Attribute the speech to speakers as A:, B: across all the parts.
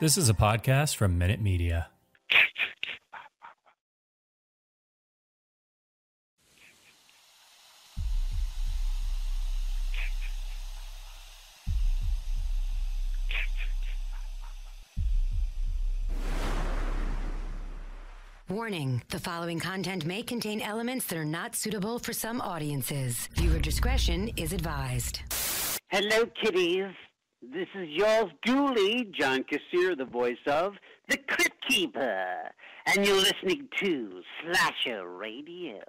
A: This is a podcast from Minute Media.
B: Warning the following content may contain elements that are not suitable for some audiences. Viewer discretion is advised.
C: Hello, kiddies. This is yours duly, John Kassir, the voice of The Crypt Keeper. And you're listening to Slasher Radio.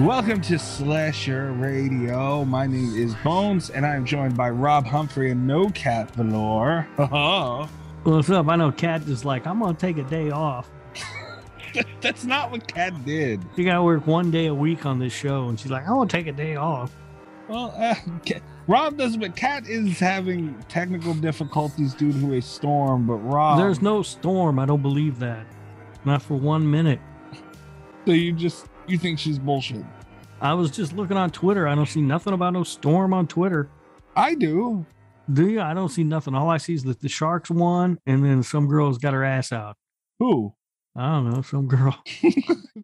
D: Welcome to Slasher Radio. My name is Bones, and I am joined by Rob Humphrey and No Cat Valor. Oh,
E: What's up? I know Cat is like, I'm gonna take a day off.
D: that's not what Cat did.
E: You gotta work one day a week on this show, and she's like, I want to take a day off.
D: Well, uh, Cat, Rob does, but Cat is having technical difficulties due to a storm. But Rob,
E: There's no storm. I don't believe that. Not for one minute.
D: so you just you think she's bullshit.
E: I was just looking on Twitter. I don't see nothing about no storm on Twitter.
D: I do.
E: Do you? I don't see nothing. All I see is that the Sharks won, and then some girl's got her ass out.
D: Who?
E: I don't know, some girl.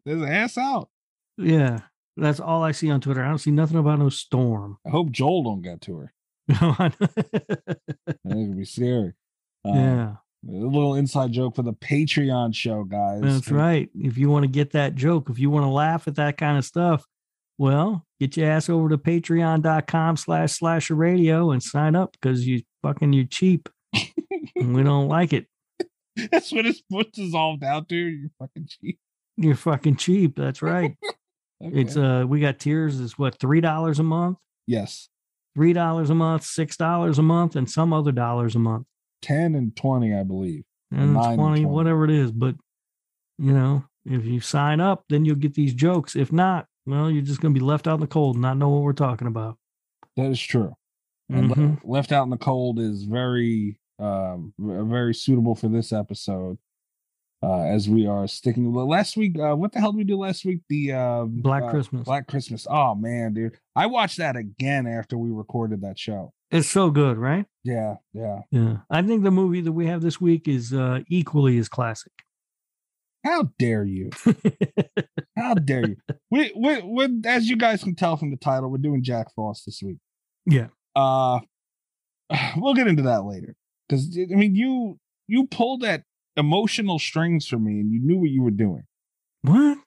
D: There's an ass out.
E: Yeah, that's all I see on Twitter. I don't see nothing about no storm.
D: I hope Joel don't get to her. That would be scary. Uh,
E: yeah,
D: A little inside joke for the Patreon show, guys.
E: That's right. If you want to get that joke, if you want to laugh at that kind of stuff, well, get your ass over to patreon.com slash slasher radio and sign up because you fucking you're cheap. and we don't like it.
D: That's what it's what's dissolved out to. You fucking cheat.
E: You're fucking cheap. That's right. It's uh we got tiers is what three dollars a month,
D: yes,
E: three dollars a month, six dollars a month, and some other dollars a month.
D: ten and twenty, I believe.
E: And
D: Nine
E: it's
D: and
E: funny,
D: 20.
E: whatever it is. But you know, if you sign up, then you'll get these jokes. If not, well, you're just gonna be left out in the cold, and not know what we're talking about.
D: That is true. And le-
E: Mhm.
D: left out in the cold is very, um, v- very suitable for this episode, uh, as we are sticking. Well, last week, uh, what the hell did we do last week? The um,
E: Black
D: uh,
E: Christmas.
D: Black Christmas. Oh man, dude, I watched that again after we recorded that show.
E: It's so good, right?
D: Yeah, yeah.
E: Yeah. I think the movie that we have this week is uh, equally as classic.
D: How dare you? How dare you? We, we, we, as you guys can tell from the title, we're doing Jack Frost this week.
E: Yeah.
D: Uh, we'll get into that later. Because I mean, you you pulled that emotional strings for me, and you knew what you were doing.
E: what?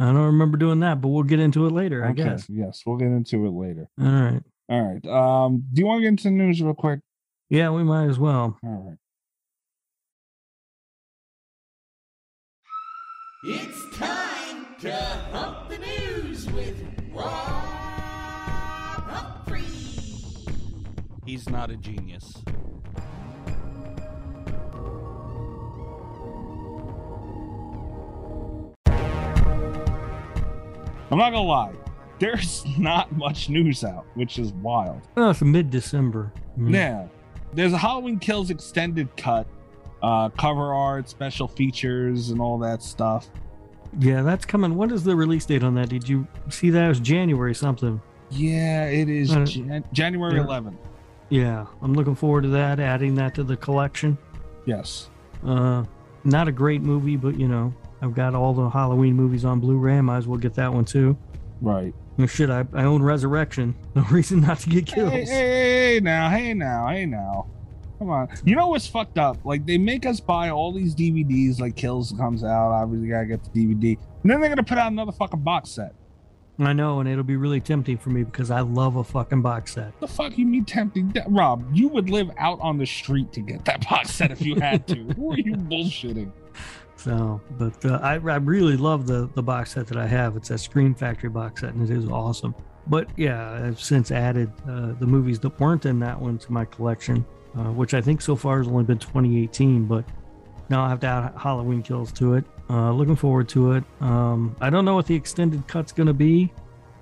E: I don't remember doing that, but we'll get into it later, I
D: Okay,
E: guess.
D: Yes, we'll get into it later.
E: All right.
D: All right. Um, do you want to get into the news real quick?
E: Yeah, we might as well.
D: All right.
F: It's time to hump the news with Rob Humphrey.
G: He's not a genius.
D: I'm not gonna lie. There's not much news out, which is wild.
E: Oh, it's Mm. mid December.
D: Yeah. There's a Halloween Kills extended cut, uh, cover art, special features, and all that stuff.
E: Yeah, that's coming. What is the release date on that? Did you see that? It was January something.
D: Yeah, it is
E: Uh,
D: Jan- January
E: yeah.
D: 11th.
E: Yeah, I'm looking forward to that, adding that to the collection.
D: Yes.
E: Uh, not a great movie, but you know, I've got all the Halloween movies on Blu ray. Might as well get that one too.
D: Right.
E: Oh, shit, I, I own Resurrection. No reason not to get
D: Hey,
E: kills.
D: hey, hey, hey, now, hey now, hey now. Come on. You know what's fucked up? Like they make us buy all these DVDs. Like Kills comes out, obviously gotta get the DVD. And then they're gonna put out another fucking box set.
E: I know, and it'll be really tempting for me because I love a fucking box set.
D: The fuck you mean tempting, That- Rob? You would live out on the street to get that box set if you had to. Who are you bullshitting?
E: So, but uh, I, I really love the the box set that I have. It's that Screen Factory box set, and it is awesome. But yeah, I've since added uh, the movies that weren't in that one to my collection, uh, which I think so far has only been 2018. But now I have to add Halloween Kills to it. Uh, looking forward to it. Um, I don't know what the extended cut's going to be.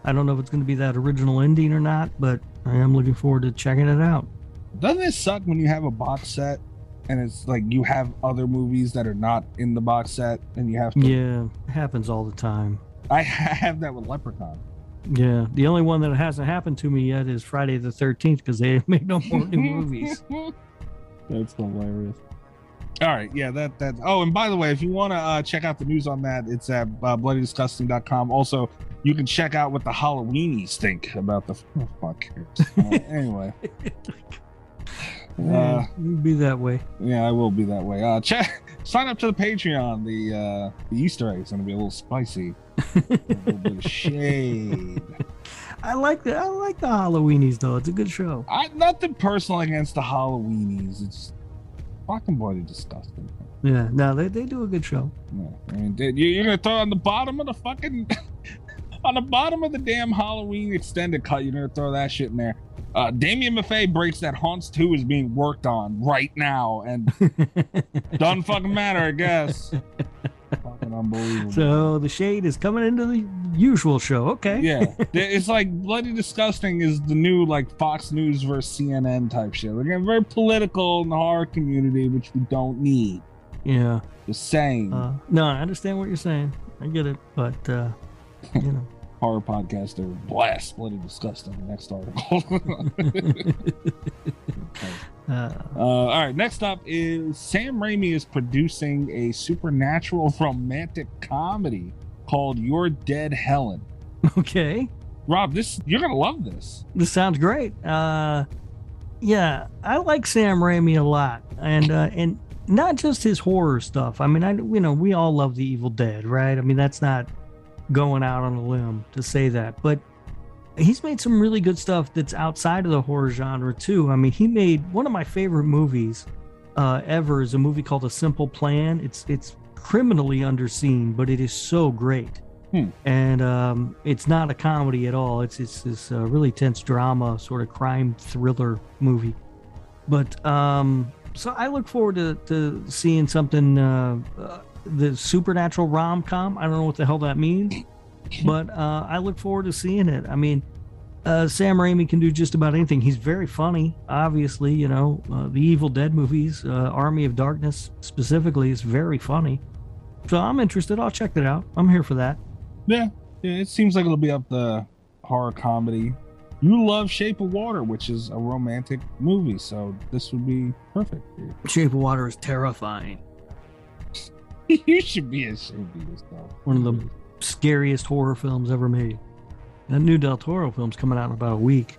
E: I don't know if it's going to be that original ending or not, but I am looking forward to checking it out.
D: Doesn't it suck when you have a box set and it's like you have other movies that are not in the box set and you have to?
E: Yeah, it happens all the time.
D: I have that with Leprechaun.
E: Yeah, the only one that hasn't happened to me yet is Friday the 13th because they made no more new movies.
D: That's hilarious. All right, yeah, that that. Oh, and by the way, if you want to uh, check out the news on that, it's at uh, bloodydisgusting.com. Also, you can check out what the Halloweenies think about the oh, fuck. Uh, anyway, uh,
E: Yeah, it'd be that way.
D: yeah, I will be that way. Uh, check, sign up to the Patreon. The uh, the Easter egg is going to be a little spicy. a little bit of shade.
E: I like the I like the Halloweenies though. It's a good show.
D: I nothing personal against the Halloweenies. It's fucking bloody disgusting.
E: Yeah, no, they, they do a good show.
D: No, I mean, dude, you- you're gonna throw it on the bottom of the fucking, on the bottom of the damn Halloween extended cut. You're gonna throw that shit in there. Uh, Damien Maffei breaks that Haunts Two is being worked on right now, and doesn't fucking matter, I guess. fucking unbelievable.
E: so the shade is coming into the usual show. Okay.
D: yeah, th- it's like bloody disgusting is the new like Fox News versus CNN type shit. We're getting very political in the horror community, which we don't need.
E: Yeah.
D: Just saying,
E: Uh, no, I understand what you're saying. I get it, but uh, you know,
D: horror podcaster blast bloody disgusting. Next article.
E: uh,
D: Uh, all right, next up is Sam Raimi is producing a supernatural romantic comedy called Your Dead Helen.
E: okay.
D: Rob, this you're gonna love this.
E: This sounds great. Uh, yeah, I like Sam Raimi a lot, and uh, and not just his horror stuff. I mean, I you know we all love The Evil Dead, right? I mean, that's not going out on a limb to say that, but he's made some really good stuff that's outside of the horror genre too. I mean, he made one of my favorite movies uh, ever is a movie called A Simple Plan. It's it's criminally underseen, but it is so great and um, it's not a comedy at all. It's it's this uh, really tense drama, sort of crime thriller movie. But um, so I look forward to, to seeing something uh, uh, the supernatural rom com. I don't know what the hell that means, but uh, I look forward to seeing it. I mean, uh, Sam Raimi can do just about anything. He's very funny, obviously. You know, uh, the Evil Dead movies, uh, Army of Darkness specifically, is very funny. So I'm interested. I'll check that out. I'm here for that.
D: Yeah, yeah, it seems like it'll be up the horror comedy. You love Shape of Water, which is a romantic movie, so this would be perfect. for you.
E: Shape of Water is terrifying.
D: you should be ashamed of yourself.
E: One of the scariest horror films ever made. That new Del Toro film's coming out in about a week.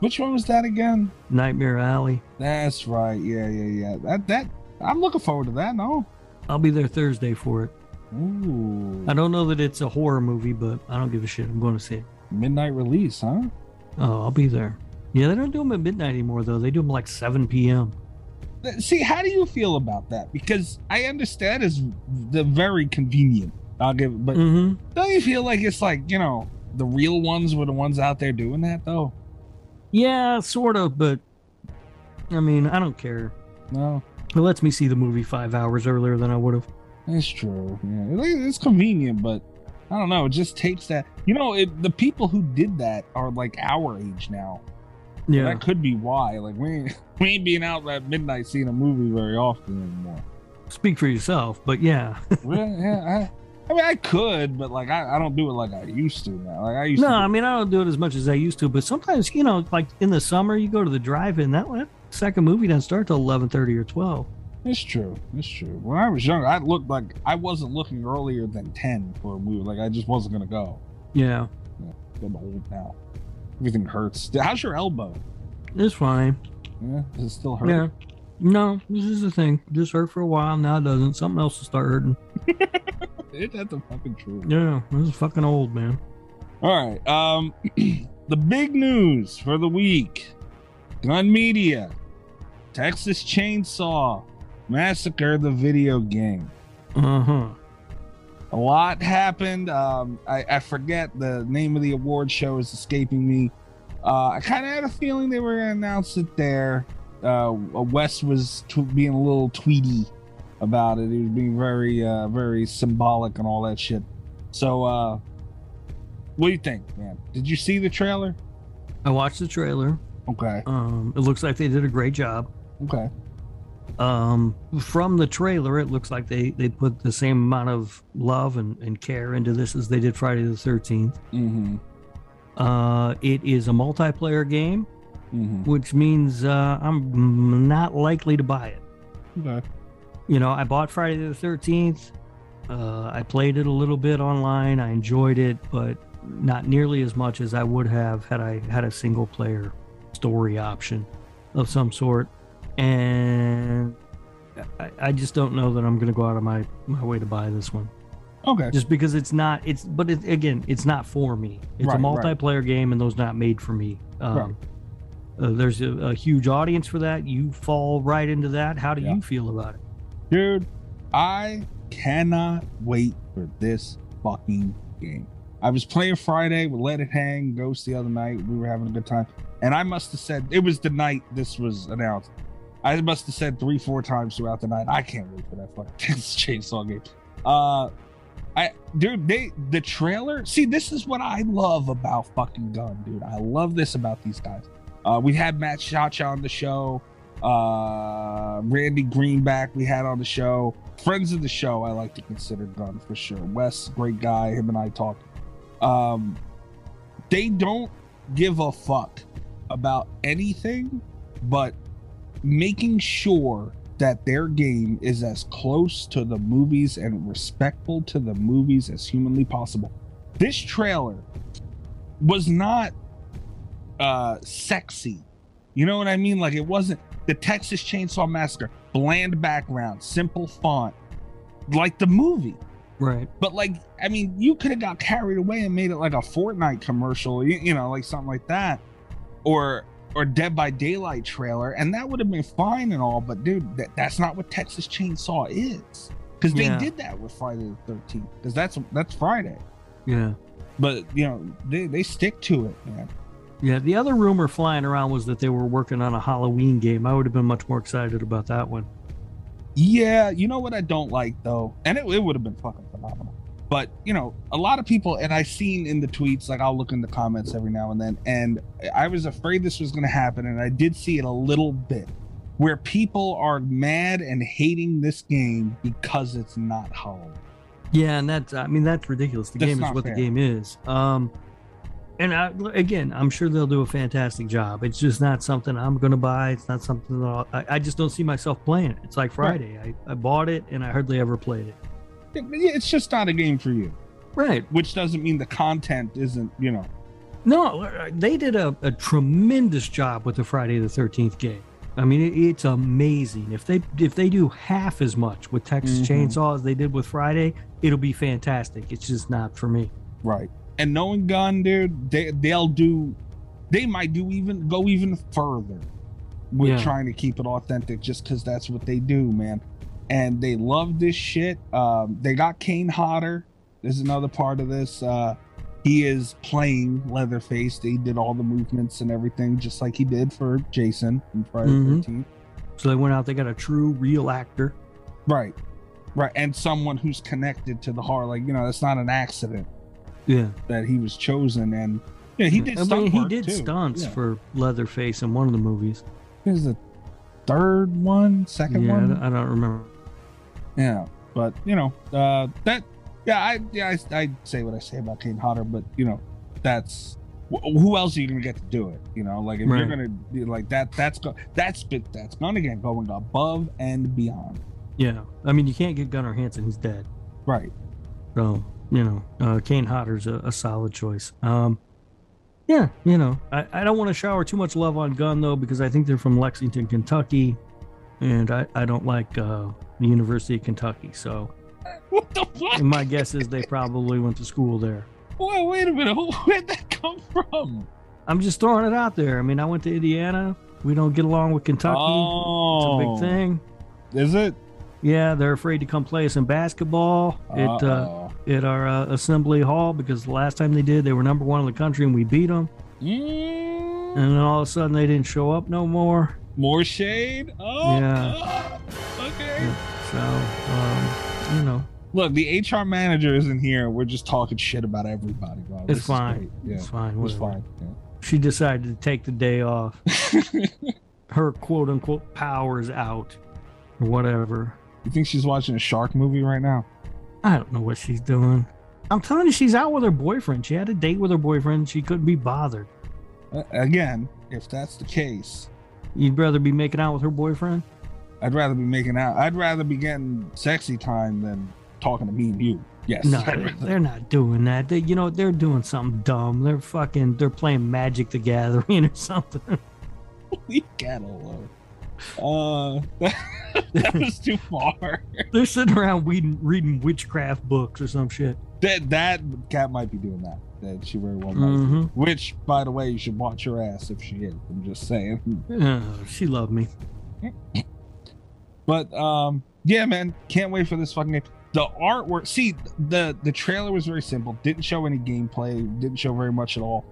D: Which one was that again?
E: Nightmare Alley.
D: That's right. Yeah, yeah, yeah. That that I'm looking forward to that. No.
E: I'll be there Thursday for it.
D: Ooh.
E: I don't know that it's a horror movie, but I don't give a shit. I'm going to see it.
D: Midnight release, huh?
E: Oh, I'll be there. Yeah, they don't do them at midnight anymore, though. They do them like 7 p.m.
D: Th- See, how do you feel about that? Because I understand it's the very convenient. I'll give, but
E: Mm-hmm.
D: don't you feel like it's like you know the real ones were the ones out there doing that though?
E: Yeah, sort of, but I mean, I don't care.
D: No,
E: It lets me see the movie five hours earlier than I would have.
D: it's true. Yeah, it- it's convenient, but I don't know. It just takes that. You know, it, the people who did that are like our age now.
E: Yeah.
D: That could be why. Like we ain't, we ain't being out at midnight seeing a movie very often anymore.
E: Speak for yourself, but yeah.
D: Really? yeah, I, I mean, I could, but like I, I don't do it like I used to now. Like I used
E: No,
D: to.
E: I mean I don't do it as much as I used to, but sometimes you know, like in the summer, you go to the drive-in. That, that second movie doesn't start till eleven thirty or twelve.
D: It's true. It's true. When I was younger, I looked like I wasn't looking earlier than ten for a movie. Like I just wasn't gonna go.
E: Yeah,
D: I'm old now. Everything hurts. How's your elbow?
E: it's fine.
D: Yeah, does it still hurt?
E: Yeah, no, this is the thing. Just hurt for a while. Now it doesn't. Something else will start hurting.
D: Ain't that the fucking truth?
E: Yeah, this is fucking old, man.
D: All right. Um, the big news for the week: Gun Media, Texas Chainsaw Massacre, the video game.
E: Uh huh.
D: a lot happened um i i forget the name of the award show is escaping me uh i kind of had a feeling they were gonna announce it there uh wes was t- being a little tweety about it he was being very uh very symbolic and all that shit so uh What do you think, man? Did you see the trailer?
E: I watched the trailer.
D: Okay.
E: Um, it looks like they did a great job.
D: Okay.
E: Um, from the trailer, it looks like they they put the same amount of love and, and care into this as they did Friday the Thirteenth.
D: Mm-hmm.
E: Uh, it is a multiplayer game,
D: Mm-hmm.
E: which means uh, I'm not likely to buy it.
D: Okay.
E: you know, I bought Friday the 13th. Uh, I played it a little bit online. I enjoyed it, but not nearly as much as I would have had I had a single player story option of some sort. And I, I just don't know that I'm going to go out of my, my way to buy this one
D: Okay.
E: just because it's not, it's, but it, again, it's not for me. It's a
D: Right, right.
E: multiplayer game and those not made for me. Um,
D: Right.
E: uh, there's a, a huge audience for that. You fall right into that. How do
D: Yeah.
E: you feel about it?
D: Dude, I cannot wait for this fucking game. I was playing Friday with Let It Hang, Ghost the other night. We were having a good time. And I must have said, it was the night this was announced. I must have said three, four times throughout the night, I can't wait for that fucking Texas Chainsaw game. Uh, I, dude, they, the trailer, see, this is what I love about fucking Gun, dude. I love this about these guys. Uh, we had Matt Shacha on the show uh Randy Greenback we had on the show. Friends of the show, I like to consider Gunn for sure. Wes, great guy, him and I talk. Um they don't give a fuck about anything but making sure that their game is as close to the movies and respectful to the movies as humanly possible. This trailer was not uh sexy. You know what I mean? Like it wasn't the Texas Chainsaw Massacre, bland background, simple font, like the movie.
E: Right.
D: But like, I mean, you could have got carried away and made it like a Fortnite commercial, you, you know, like something like that, or or Dead by Daylight trailer, and that would have been fine and all. But dude, that, that's not what Texas Chainsaw is, because they
E: Yeah.
D: did that with Friday the Thirteenth, because that's that's Friday.
E: Yeah.
D: But you know, they they stick to it, man.
E: Yeah, the other rumor flying around was that they were working on a Halloween game. I would have been much more excited about that one.
D: Yeah, you know what I don't like though, and it, it would have been fucking phenomenal. But you know, a lot of people, and I've seen in the tweets, like I'll look in the comments every now and then, and I was afraid this was going to happen, and I did see it a little bit, where people are mad and hating this game because it's not Halloween.
E: Yeah, and that's I mean that's ridiculous. The
D: That's
E: game is
D: not
E: what
D: fair.
E: the game is. Um and I, again, I'm sure they'll do a fantastic job. It's just not something I'm going to buy. It's not something that I'll, I, I just don't see myself playing it. It's like
D: Right.
E: Friday. I, I bought it and I hardly ever played it.
D: It- It's just not a game for you,
E: Right.
D: which doesn't mean the content isn't, you know.
E: No, uh, they did a, a tremendous job with the Friday the Thirteenth game. I mean, it, it's amazing. If they if they do half as much with Texas
D: Mhm.
E: Chainsaw as they did with Friday, it'll be fantastic. It's just not for me.
D: Right. And knowing Gun, dude, they they'll do they might do even go even further with
E: Yeah.
D: trying to keep it authentic just because that's what they do, man. And they love this shit. Um, they got Kane Hodder. There's another part of this. Uh he is playing Leatherface. They did all the movements and everything, just like he did for Jason in Friday the
E: Mhm.
D: 13th.
E: So they went out. They got a true, real actor.
D: Right. Right. And someone who's connected to the horror. Like, you know, that's not an accident
E: Yeah,
D: that he was chosen. And, you know, he did
E: Hmm. I
D: stunt
E: mean, he
D: work,
E: did
D: too.
E: stunts
D: Yeah.
E: for Leatherface in one of the movies.
D: This is the third one, second
E: yeah,
D: one.
E: I don't remember.
D: Yeah, but you know uh, that. Yeah, I yeah I, I say what I say about Kane Hodder, but you know that's wh- who else are you gonna get to do it? You know, like if you're
E: Right.
D: gonna be like that, that's go- that's bit that's gonna get going above and beyond.
E: Yeah, I mean, you can't get Gunnar Hansen. He's dead.
D: Right.
E: So you know, uh, Kane Hodder's a, a solid choice. Um, yeah, you know, I, I don't want to shower too much love on Gunn though because I think they're from Lexington, Kentucky, and I, I don't like uh, the University of Kentucky. So
D: What the fuck?
E: my guess is they probably went to school there.
D: Wait, wait a minute. Who- Where'd that come from?
E: I'm just throwing it out there. I mean, I went to Indiana. We don't get along with Kentucky.
D: oh,
E: It's a big thing.
D: Is it?
E: Yeah, they're afraid to come play us in basketball. It uh,
D: Uh-oh.
E: at our uh, assembly hall because the last time they did, they were number one in the country and we beat them.
D: Mm,
E: and then all of a sudden they didn't show up no more.
D: more shade. Oh,
E: Yeah.
D: oh, okay.
E: So, um, you know,
D: Look, the HR manager isn't here. We're just talking shit about everybody. Bro. This
E: It's
D: is
E: fine.
D: great. Yeah,
E: It's fine.
D: it's
E: whatever.
D: fine. Yeah.
E: She decided to take the day off. Her quote unquote powers out or whatever.
D: You think she's watching a shark movie right now?
E: I don't know what she's doing. I'm telling you, she's out with her boyfriend. She had a date with her boyfriend. She couldn't be bothered.
D: Uh, again, if that's the case,
E: You'd rather be making out with her boyfriend?
D: I'd rather be making out. I'd rather be getting sexy time than talking to me and you. Yes.
E: No, they're not doing that. They, you know, they're doing something dumb. They're fucking, they're playing Magic the Gathering or something.
D: Leave Cat alone. Uh, that was too far.
E: they're sitting around reading, reading witchcraft books or some shit.
D: That that cat might be doing that. That she very well might. be.
E: Mm-hmm.
D: Which, by the way, you should watch her ass if she is. I'm just saying.
E: Oh, she loved me.
D: But um, yeah, man, can't wait for this fucking game. The artwork, see, the the trailer was very simple. Didn't show any gameplay. Didn't show very much at all.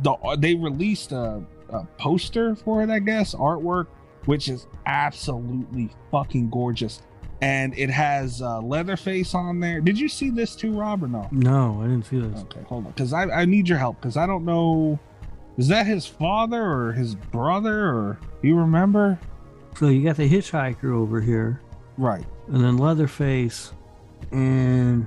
D: The they released a, a poster for it, I guess, artwork, which is absolutely fucking gorgeous, and it has uh, Leatherface on there. Did you see this too, Rob, or no?
E: No, I didn't see this.
D: Okay, hold on, because I I need your help because I don't know. Is that his father or his brother or you remember?
E: So you got the hitchhiker over here,
D: Right.
E: and then Leatherface, and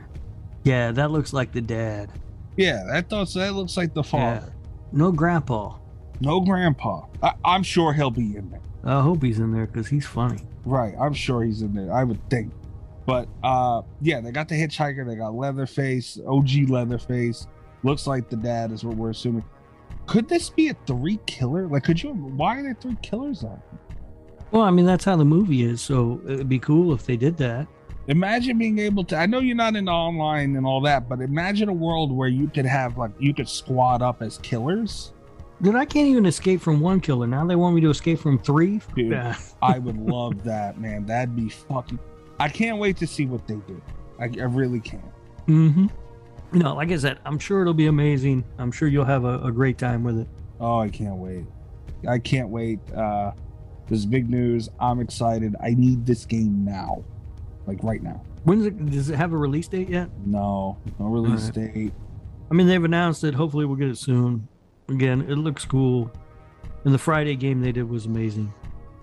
E: yeah, that looks like the dad.
D: Yeah, that does. That looks like the father.
E: No grandpa.
D: No grandpa. I, I'm sure he'll be in there.
E: I hope he's in there because he's funny.
D: Right. I'm sure he's in there. I would think. But uh yeah, they got the hitchhiker, they got Leatherface, OG Leatherface. Looks like the dad is what we're assuming. Could this be a three killer? Like could you why are there three killers on? here?
E: Well, I mean, that's how the movie is, so it'd be cool if they did that.
D: Imagine being able to I know you're not into online and all that, but imagine a world where you could have like you could squad up as killers.
E: Dude, I can't even escape from one killer. Now they want me to escape from three?
D: Dude.
E: Yeah.
D: I would love that, man. That'd be fucking I can't wait to see what they do. I, I really can't.
E: Mm-hmm. You know, like I said, I'm sure it'll be amazing. I'm sure you'll have a, a great time with it.
D: Oh, I can't wait. I can't wait. Uh, this is big news. I'm excited. I need this game now. Like right now.
E: When's it? Does it have a release date yet?
D: No, no release
E: Alright.
D: date.
E: I mean, they've announced that hopefully we'll get it soon. Again, it looks cool. And the Friday game they did was amazing.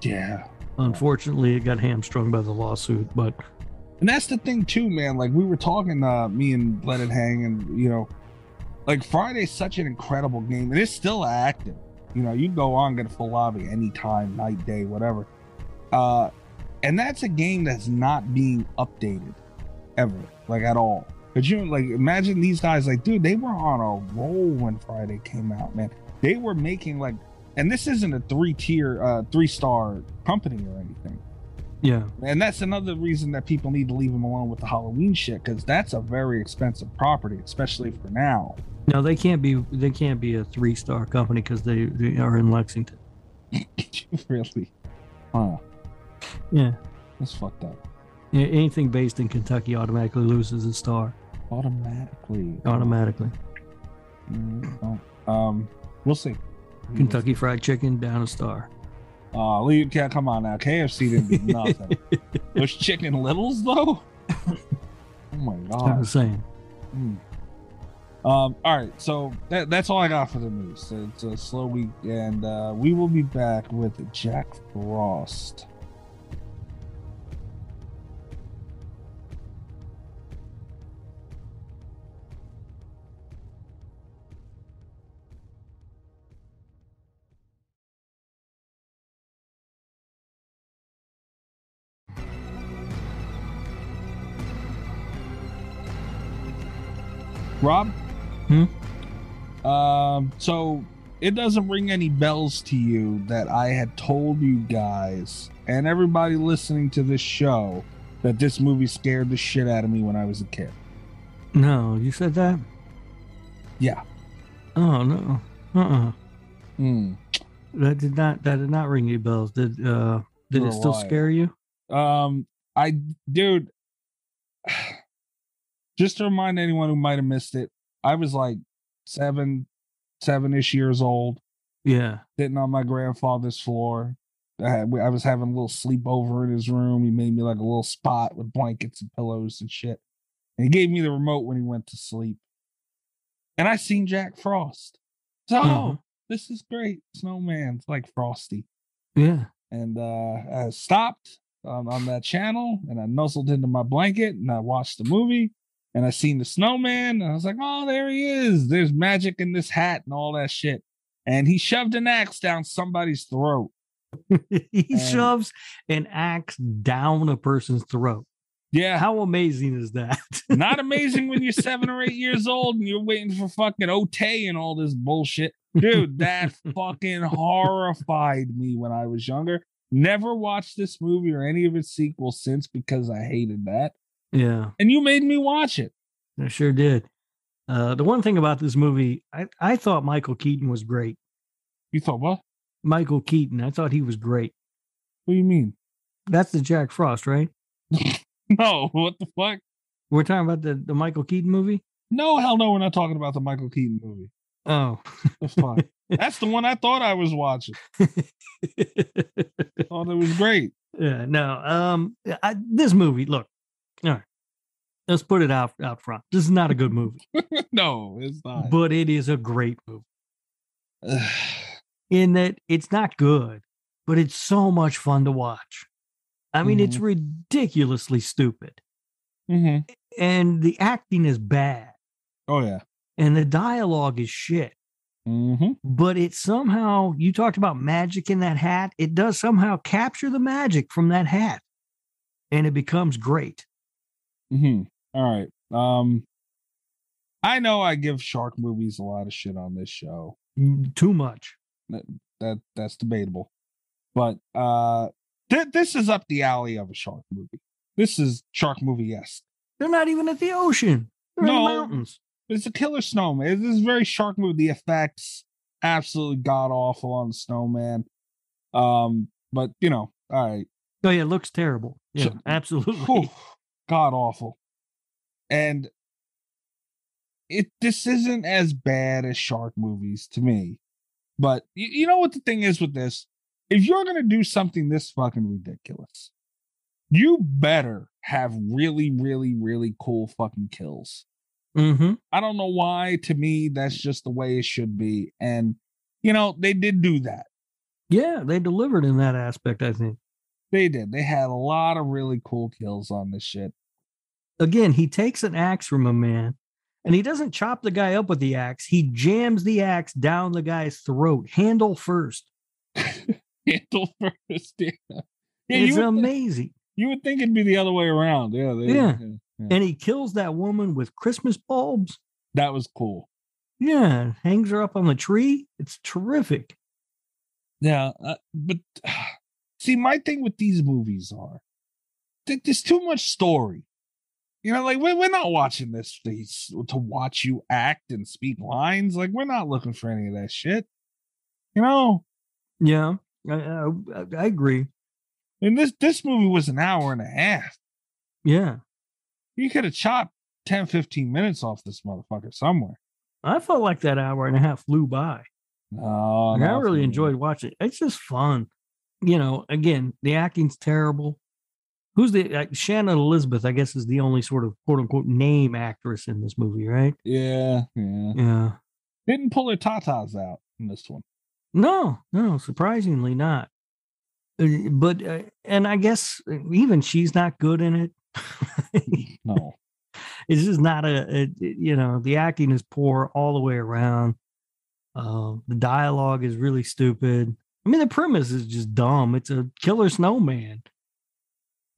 D: Yeah.
E: Unfortunately, it got hamstrung by the lawsuit, but
D: And that's the thing too, man. Like we were talking, uh, me and Let It Hang, and you know, like Friday's such an incredible game, and it's still active. You know, you can go on get a full lobby anytime, night, day, whatever. Uh, and that's a game that's not being updated ever, like at all. But you like imagine these guys, like dude, they were on a roll when Friday came out, man. They were making like, and this isn't a three tier, uh, three star company or anything.
E: yeah.
D: And that's another reason that people need to leave him alone with the Halloween shit, because that's a very expensive property, especially for now.
E: No, they can't be. They can't be a three-star company because they, they are in Lexington.
D: really? Huh.
E: Yeah.
D: That's fucked up.
E: Yeah, Anything based in Kentucky automatically loses a star
D: Automatically.
E: automatically.
D: Mm, oh, Um, we'll see. Hmm.
E: Kentucky Fried Chicken down a star.
D: Uh, leave, yeah, come on now. KFC didn't do nothing. Those chicken littles, though? oh my
E: It's not
D: God.
E: the same.
D: Mm. Um, all right, so that, that's all I got for the news. So it's a slow week, and uh, we will be back with Jack Frost. Rob?
E: Hmm?
D: Um, so it doesn't ring any bells to you that I had told you guys and everybody listening to this show that this movie scared the shit out of me when I was a kid.
E: No, you said that.
D: Yeah.
E: Oh no. Uh. uh
D: Mm.
E: That did not. That did not ring any bells. Did uh? Did
D: You're
E: it
D: a
E: still
D: liar.
E: scare you?
D: Um, I, dude, just to remind anyone who might have missed it, I was like seven, seven ish years old.
E: Yeah.
D: sitting on my grandfather's floor. I, had, I was having a little sleepover in his room. He made me like a little spot with blankets and pillows and shit. He gave me the remote when he went to sleep. And I seen Jack Frost. So
E: Mhm.
D: this is great. Snowman's like Frosty.
E: Yeah.
D: And uh I stopped um, on that channel and I nuzzled into my blanket and I watched the movie and I seen the snowman and I was like, oh, there he is. There's magic in this hat and all that shit. And he shoved an axe down somebody's throat.
E: he
D: And-
E: shoves an axe down a person's throat.
D: Yeah.
E: How amazing is that?
D: Not amazing when you're seven or eight years old and you're waiting for fucking Otay and all this bullshit. Dude, that fucking horrified me when I was younger. Never watched this movie or any of its sequels since because I hated that.
E: yeah.
D: And you made me watch it.
E: I sure did. Uh, the one thing about this movie, I, I thought Michael Keaton was great.
D: You thought, what?
E: Michael Keaton, I thought he was great.
D: What do you mean?
E: That's the Jack Frost, right?
D: No, what the fuck?
E: We're talking about the, the Michael Keaton movie?
D: No, hell no, we're not talking about the Michael Keaton movie.
E: Oh.
D: The fuck? That's the one I thought I was watching. Thought it was great.
E: yeah, no. Um, I, this movie, look, all right, let's put it out, out front. This is not a good movie,
D: no, it's not.
E: but it is a great movie in that it's not good, but it's so much fun to watch. I mean, it's ridiculously stupid.
D: hmm
E: and the acting is bad
D: Oh yeah.
E: and the dialogue is shit
D: hmm
E: but it somehow you talked about magic in that hat it does somehow capture the magic from that hat and it becomes great
D: hmm All right. Um, I know I give shark movies a lot of shit on this show.
E: Mm, too much
D: That that's debatable, but uh, th- this is up the alley of a shark movie. This is shark movie esque.
E: they're not even at the ocean they're in
D: No.
E: the mountains
D: It's a killer snowman. This is very shark movie. The effects absolutely god awful on the snowman. Um, but you know, all right.
E: oh yeah it looks terrible yeah
D: So-
E: absolutely
D: god awful and it this isn't as bad as shark movies to me but you, you know what the thing is with this if you're gonna do something this fucking ridiculous you better have really really really cool fucking kills
E: mm-hmm.
D: i don't know why to me that's just the way it should be and you know they did do that
E: yeah they delivered in that aspect i think
D: they did they had a lot of really cool kills on this shit
E: again, he takes an axe from a man and he doesn't chop the guy up with the axe. He jams the axe down the guy's throat, handle first.
D: handle first yeah, Yeah,
E: it's
D: would-
E: amazing.
D: You would think it'd be the other way around. Yeah, they,
E: Yeah.
D: yeah.
E: And he kills that woman with Christmas bulbs.
D: That was cool.
E: Yeah, hangs her up on the tree. It's terrific.
D: Yeah, uh, but see, my thing with these movies are that there's too much story. You know, like we're, we're not watching this these- to watch you act and speak lines. Like we're not looking for any of that shit. You know,
E: Yeah, I, I, I agree.
D: and this this movie was an hour and a half.
E: Yeah,
D: You could have chopped 10, 15 minutes off this motherfucker somewhere.
E: I felt like that hour and a half flew by.
D: No,
E: and I
D: not for
E: really
D: me.
E: enjoyed watching it. It's just fun. You know, again, the acting's terrible. Who's the uh, Shannon Elizabeth? I guess is the only sort of quote unquote name actress in this movie, right?
D: Yeah, yeah.
E: Yeah.
D: Didn't pull her tatas out in this one.
E: No, no, surprisingly not. Uh, But uh, and I guess uh, even she's not good in it.
D: No.
E: it's just not a, a you know the acting is poor all the way around. Uh, the dialogue is really stupid. I mean, the premise is just dumb. It's a killer snowman,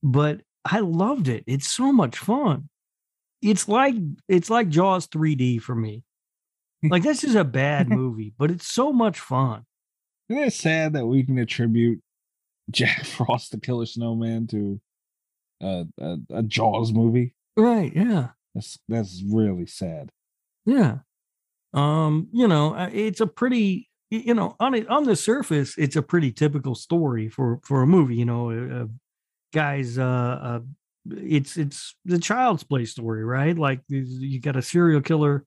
E: but I loved it. It's so much fun. It's like it's like Jaws 3D for me. Like this is a bad movie, but it's so much fun.
D: Isn't it sad that we can attribute Jack Frost the Killer Snowman to uh, a, a Jaws movie?
E: Right? Yeah.
D: That's that's really sad.
E: Yeah. Um, you know, uh, it's a pretty y- you know, on it on the surface, it's a pretty typical story for for a movie, you know, uh, uh, guys uh, uh it's it's the child's play story, right? Like you- you got a serial killer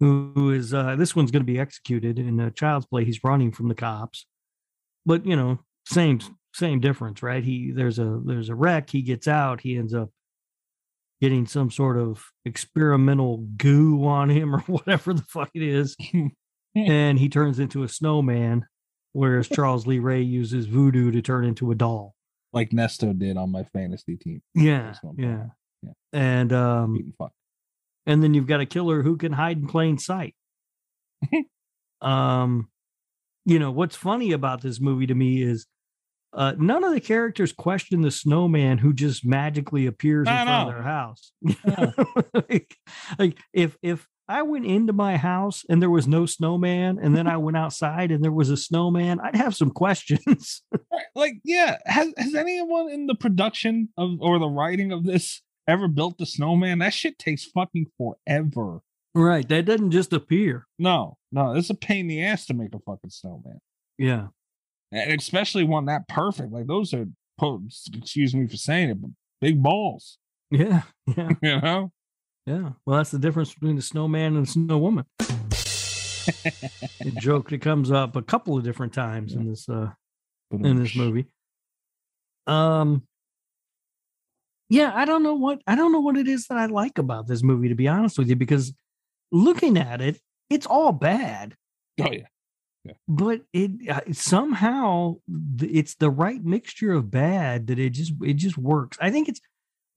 E: who, who is uh this one's going to be executed in a child's play, he's running from the cops. But, you know, same same difference, right? He there's a there's a wreck, he gets out, he ends up getting some sort of experimental goo on him or whatever the fuck it is. and he turns into a snowman, whereas Charles Lee Ray uses voodoo to turn into a doll.
D: like Nesto did on my fantasy team.
E: Yeah.
D: That's what I'm talking
E: Yeah.
D: about. Yeah.
E: And um
D: Eating fuck.
E: and then you've got a killer who can hide in plain sight. um, you know what's funny about this movie to me is uh, none of the characters question the snowman who just magically appears
D: I
E: in front
D: know.
E: of their house. like, like if if I went into my house and there was no snowman, and then I went outside and there was a snowman, I'd have some questions.
D: Right, Like, yeah. Has has anyone in the production of or the writing of this ever built the snowman? That shit takes fucking forever.
E: right, that doesn't just appear.
D: No, no, it's a pain in the ass to make a fucking snowman.
E: Yeah,
D: And especially one that perfect. Like those are po- excuse me for saying it, but big balls.
E: yeah, yeah,
D: You know?
E: yeah. Well, that's the difference between the snowman and the snow woman. a joke that comes up a couple of different times in this uh in this movie. Um yeah, I don't know what I don't know what it is that I like about this movie to be honest with you because looking at it, it's all bad,
D: Oh yeah.
E: but it uh, somehow th- it's the right mixture of bad that it just it just works. I think it's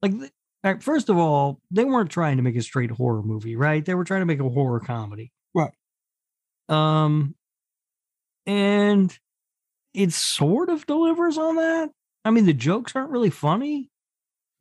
E: like th- all right, first of all, they weren't trying to make a straight horror movie, right? They were trying to make a horror comedy.
D: Right.
E: Um and it sort of delivers on that. I mean, the jokes aren't really funny.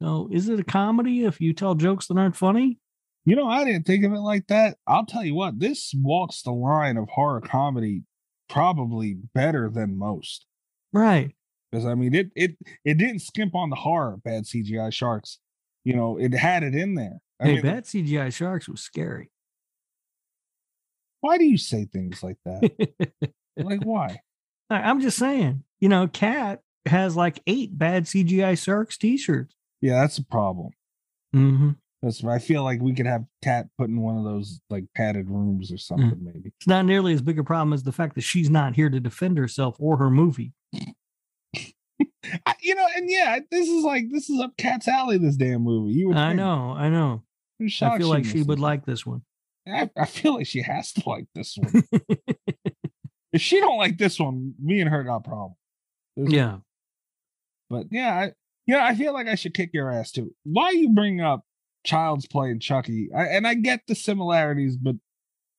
E: So is it a comedy if you tell jokes that aren't funny?
D: You know, I didn't think of it like that. I'll tell you what, this walks the line of horror comedy probably better than most.
E: Right.
D: Because I mean, it it it didn't skimp on the horror. Bad CGI sharks. You know, it had it in there. I
E: hey,
D: mean,
E: Bad CGI Sharks was scary.
D: why do you say things like that? like, why?
E: I- I'm just saying, you know, Cat has like eight bad CGI Sharks t shirts.
D: Yeah, that's a problem.
E: Mm-hmm.
D: That's. I feel like we could have Cat put in one of those like padded rooms
E: Mm.
D: or something. Maybe.
E: It's not nearly as big a problem as the fact that she's not here to defend herself or her movie.
D: I, you know, and yeah, this is like this is up Cat's alley. This damn movie. You would
E: I
D: think.
E: know, I know.
D: I'm
E: I
D: shocked
E: feel like she
D: missed
E: would
D: it.
E: like this one.
D: I, I feel like she has to like this one. if she don't like this one, me and her got problem.
E: Yeah.
D: But yeah, I, you know, I feel like I should kick your ass too. Why you bring up Child's Play and Chucky? I, and I get the similarities, but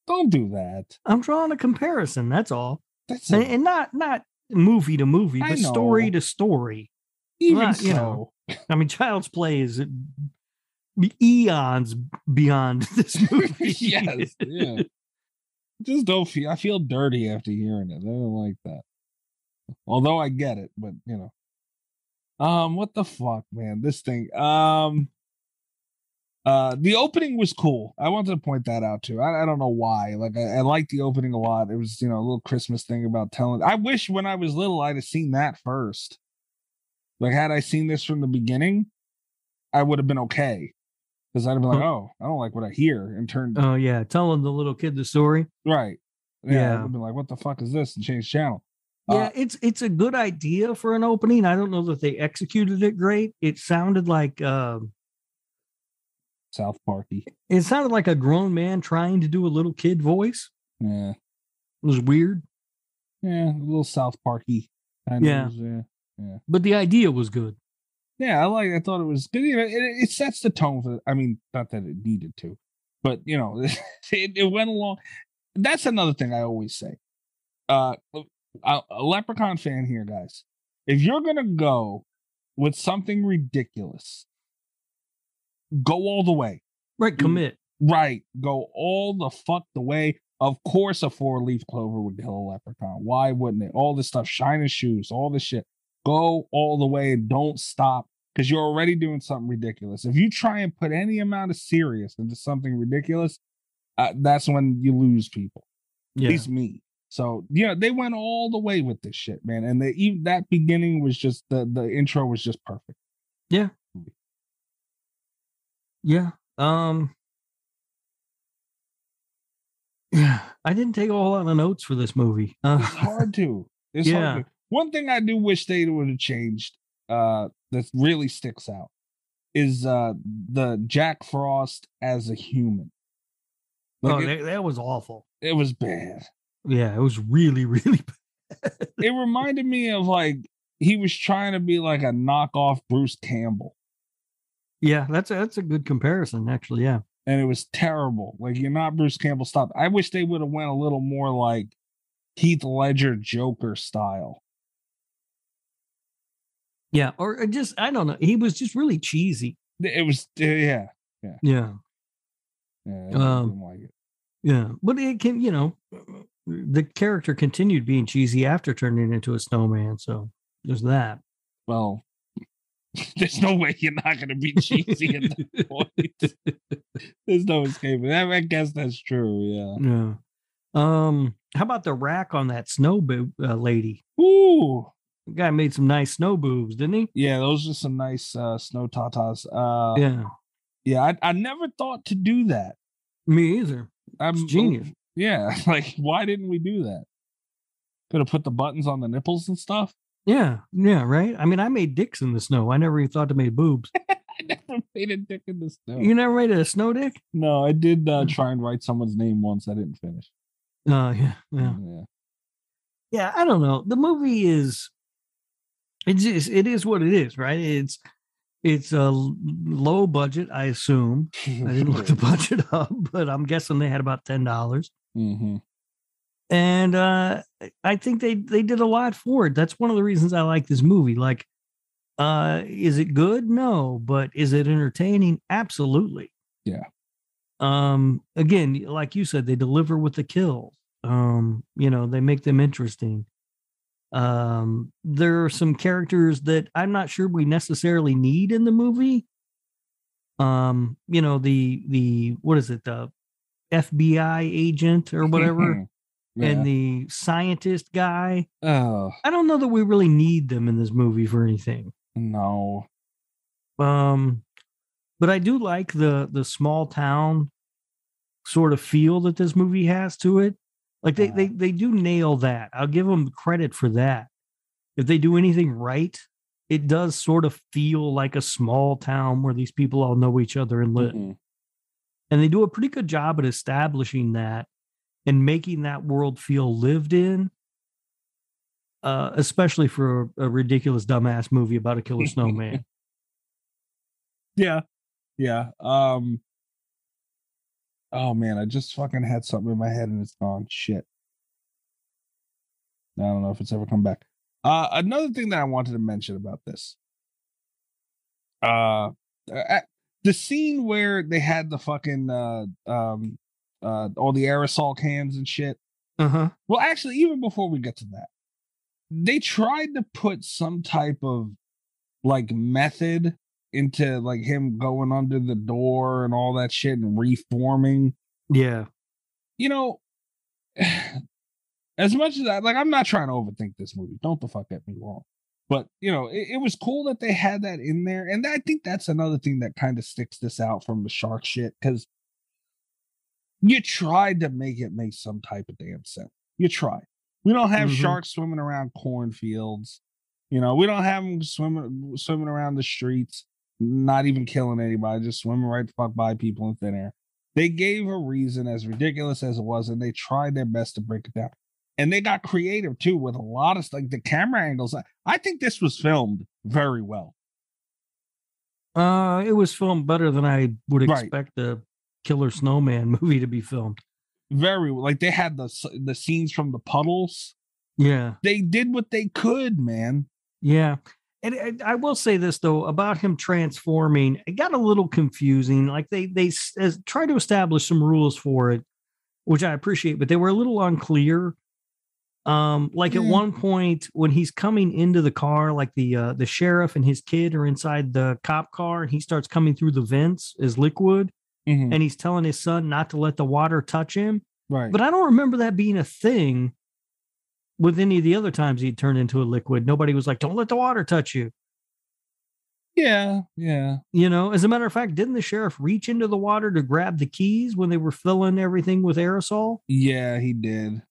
D: don't do that.
E: I'm drawing a comparison. That's all.
D: That's
E: and,
D: a-
E: and not not movie to movie,
D: I
E: but
D: know.
E: story to story.
D: even
E: well,
D: so.
E: you know. I mean, Child's Play is eons beyond this movie.
D: yes, yeah. Just don't feel. I feel dirty after hearing it. I don't like that. Although I get it, but you know, um, what the fuck, man? This thing, um, uh, the opening was cool. I wanted to point that out too. I, I don't know why. Like, I, I liked the opening a lot. It was you know a little Christmas thing about telling. I wish when I was little I'd have seen that first. Like, had I seen this from the beginning, I would have been okay. Because I'd have been like, oh, I don't like what I hear, and turned
E: Oh yeah, telling the little kid the story.
D: Right. Yeah.
E: Yeah.
D: I would be like, what the fuck is this? And change channel.
E: Yeah,
D: Uh,
E: it's it's a good idea for an opening. I don't know that they executed it great. It sounded like um,
D: South Parky.
E: it sounded like a grown man trying to do a little kid voice.
D: Yeah.
E: It was weird,
D: Yeah. A little South Parky. kind of
E: Yeah.
D: is, yeah.
E: but the idea was good.
D: Yeah. I like I thought it was good. You know, it, it sets the tone for, I mean, not that it needed to, but, you know, it, it went along. That's another thing I always say. Uh, a, a leprechaun fan here, guys. If you're going to go with something ridiculous, go all the way. Mm.
E: Right, commit.
D: Right. Go all the fuck the way. Of course, a four leaf clover would kill a leprechaun. Why wouldn't it? All this stuff, shiny shoes, all this shit. Go all the way and don't stop because you're already doing something ridiculous. If you try and put any amount of serious into something ridiculous, uh, that's when you lose people.
E: Yeah.
D: At least me. So yeah, they went all the way with this shit, man. And the even that beginning was just the the intro was just perfect.
E: Yeah. Um Yeah, I didn't take a whole lot of notes for this movie.
D: It's
E: Uh,
D: hard to. It's
E: Yeah.
D: hard to. One thing I do wish they would have changed uh that really sticks out is uh the Jack Frost as a human. Like
E: oh,
D: it,
E: that, that was awful.
D: it was bad.
E: Yeah, it was really, really
D: It reminded me of like he was trying to be like a knockoff Bruce Campbell,
E: Yeah, that's a, that's a good comparison, actually. Yeah,
D: and it was terrible. Like you're not Bruce Campbell. Stop. I wish they would have went a little more like Heath Ledger Joker style.
E: yeah, or uh, just I don't know. He was just really cheesy.
D: It was yeah,
E: Yeah,
D: yeah. I
E: Um,
D: didn't like it.
E: yeah, but it can you know, uh, the character continued being cheesy after turning into a snowman. So there's that.
D: well, there's no way you're not going to be cheesy at that point. there's no escaping. I, I guess that's true.
E: Yeah. Um. How about the rack on that snow boob uh, lady?
D: Yeah. Ooh.
E: The guy made some nice snow boobs, didn't he?
D: Yeah, those are some nice uh, snow tatas. Uh, yeah,
E: Yeah.
D: I, I never thought to do that.
E: Me either.
D: I'm
E: It's genius.
D: Yeah, like why didn't we do that? Could have put the buttons on the nipples and stuff.
E: Yeah. Yeah. Right. I mean, I made dicks in the snow. I never even thought to make boobs.
D: I never made a dick in the snow.
E: You Mm. never made a snow dick?
D: no, I did uh, try and write someone's name once. I didn't finish. Mm,
E: Uh, yeah. Yeah. yeah i don't know the movie is it just it is what it is right it's it's a l- low budget i assume i didn't look the budget up but i'm guessing they had about ten dollars
D: hmm
E: and uh i think they they did a lot for it that's one of the reasons i like this movie like uh is it good no but is it entertaining absolutely
D: Yeah.
E: um again like you said they deliver with the kills um you know they make them interesting um there are some characters that i'm not sure we necessarily need in the movie um you know the the what is it the fbi agent or whatever and the scientist guy.
D: Mm-hmm. oh
E: I don't know that we really need them in this movie for anything.
D: no,
E: Um, but I do like the the small town sort of feel that this movie has to it. Like they they they do nail that. I'll give them credit for that. If they do anything right, it does sort of feel like a small town where these people all know each other and live.
D: Mm-mm.
E: and they do a pretty good job at establishing that and making that world feel lived in uh, especially for a ridiculous dumbass movie about a killer snowman
D: Yeah. Yeah. Um Oh man, I just fucking had something in my head and it's gone. Shit. I don't know if it's ever come back. Uh another thing that I wanted to mention about this. Uh uh, the scene where they had the fucking uh um uh all the aerosol cans and shit.
E: uh-huh
D: Well, actually, even before we get to that, they tried to put some type of like method into like him going under the door and all that shit and reforming.
E: yeah
D: You know, as much as I like, I'm not trying to overthink this movie. Don't the fuck get me wrong. But you know, it, it was cool that they had that in there, and I think that's another thing that kind of sticks this out from the shark shit because you tried to make it make some type of damn sense. You tried. We don't have
E: Mhm.
D: sharks swimming around cornfields. You know, we don't have them swimming swimming around the streets, not even killing anybody, just swimming right the fuck by people in thin air. They gave a reason, as ridiculous as it was, and they tried their best to break it down. And they got creative too with a lot of like the camera angles. I- I think this was filmed very well.
E: uh it was filmed better than i would
D: Right.
E: expect a killer snowman movie to be filmed
D: Very like they had the s- the scenes from the puddles.
E: yeah
D: They did what they could, man.
E: yeah and, and i will say this though about him transforming it got a little confusing like they they s- as, try to establish some rules for it which i appreciate but they were a little unclear um like at
D: Yeah.
E: one point when he's coming into the car like the uh the sheriff and his kid are inside the cop car and he starts coming through the vents as liquid
D: Mhm.
E: and he's telling his son not to let the water touch him
D: Right.
E: but I don't remember that being a thing with any of the other times he'd turned into a liquid. Nobody was like, don't let the water touch you.
D: yeah. Yeah.
E: You know, as a matter of fact, didn't the sheriff reach into the water to grab the keys when they were filling everything with aerosol?
D: Yeah. He did.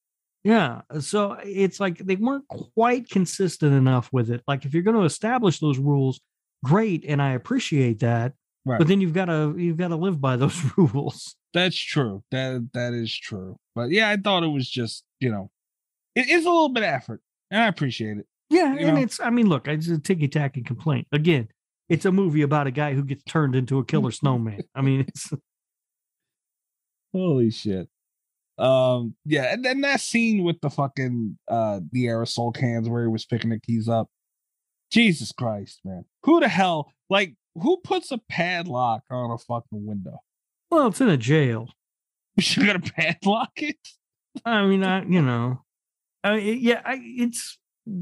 E: Yeah. So it's like they weren't quite consistent enough with it. Like, if you're going to establish those rules, great and I appreciate that.
D: Right.
E: But then you've got to you've got to live by those rules.
D: That's true. That that is true. But yeah, I thought it was just you know, it is a little bit of effort, and I appreciate it.
E: Yeah,
D: You
E: and
D: know?
E: it's I mean, look, it's a ticky tacky complaint. Again, it's a movie about a guy who gets turned into a killer snowman. I mean, it's
D: Holy shit. Um, yeah, and then that scene with the fucking uh the aerosol cans where he was picking the keys up. Jesus Christ, man. Who the hell like who puts a padlock on a fucking window?
E: well, it's in a jail.
D: You gonna padlock it?
E: I mean, I you know, I mean, yeah, I, it's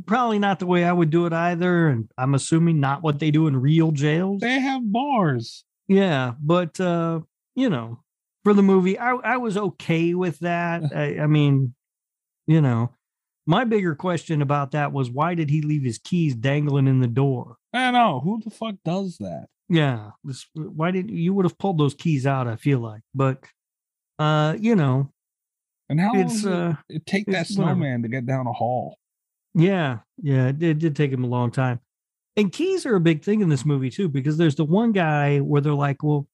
E: probably not the way I would do it either, and I'm assuming not what they do in real jails.
D: They have bars.
E: Yeah, but uh, you know, for the movie, I I was okay with that. I, I mean, you know, my bigger question about that was why did he leave his keys dangling in the door?
D: I don't know. Who the fuck does that?
E: Yeah, this, why did you would have pulled those keys out? I feel like, but uh, you know,
D: And how
E: It's,
D: long
E: uh,
D: does it, it take that
E: it's whatever.
D: snowman to get down a hall?
E: Yeah, yeah, it did, did take him a long time. And keys are a big thing in this movie too, because there's the one guy where they're like, well,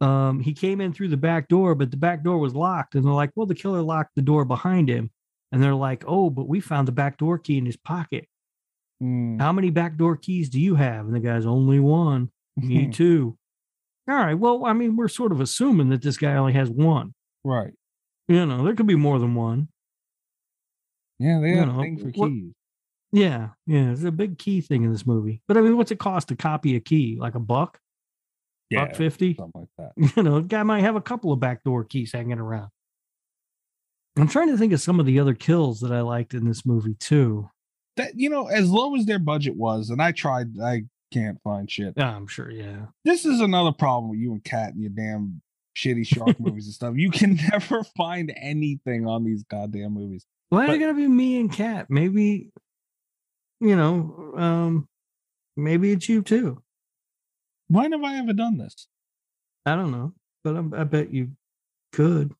E: um, he came in through the back door, but the back door was locked, and they're like, well, the killer locked the door behind him, and they're like, oh, but we found the back door key in his pocket.
D: Hmm.
E: How many back door keys do you have? And the guy's only one. Me
D: Mm-hmm.
E: too. All right. Well, I mean, we're sort of assuming that this guy only has one.
D: right.
E: You know, there could be more than one.
D: Yeah, they have
E: know,
D: a thing for
E: what-
D: keys.
E: Yeah, yeah, it's a big key thing in this movie. But I mean, what's it cost to copy a key? Like a buck, buck fifty?
D: something like that.
E: You know, a guy might have a couple of backdoor keys hanging around. I'm trying to think of some of the other kills that I liked in this movie too.
D: That you know, as low as their budget was, and I tried, I can't find shit.
E: Yeah, I'm sure. Yeah,
D: This is another problem with you and Cat and your damn shitty shark movies and stuff. You can never find anything on these goddamn movies.
E: why are
D: But-
E: it gonna be me and Cat? Maybe, you know, um, maybe it's you too.
D: When have I ever done this?
E: I don't know, but I'm, I bet you could.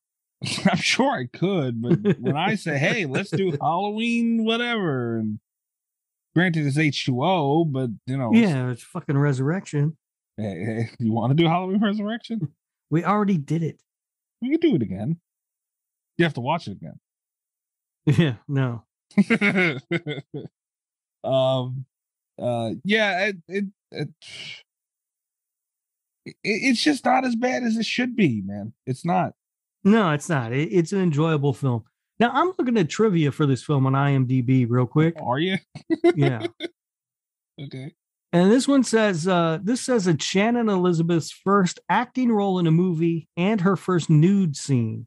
D: I'm sure I could, but when I say, "Hey, let's do Halloween, whatever," and granted it's H2O, but you know, it's-
E: Yeah, it's fucking resurrection.
D: hey, hey, you want to do Halloween Resurrection?
E: We already did it.
D: We can do it again. You have to watch it again.
E: Yeah, no,
D: um uh yeah it, it, it it it's just not as bad as it should be man it's not
E: No, it's not. It, it's an enjoyable film. Now I'm looking at trivia for this film on IMDb real quick.
D: are you
E: Yeah.
D: okay
E: And this one says uh, this says that Shannon Elizabeth's first acting role in a movie and her first nude scene.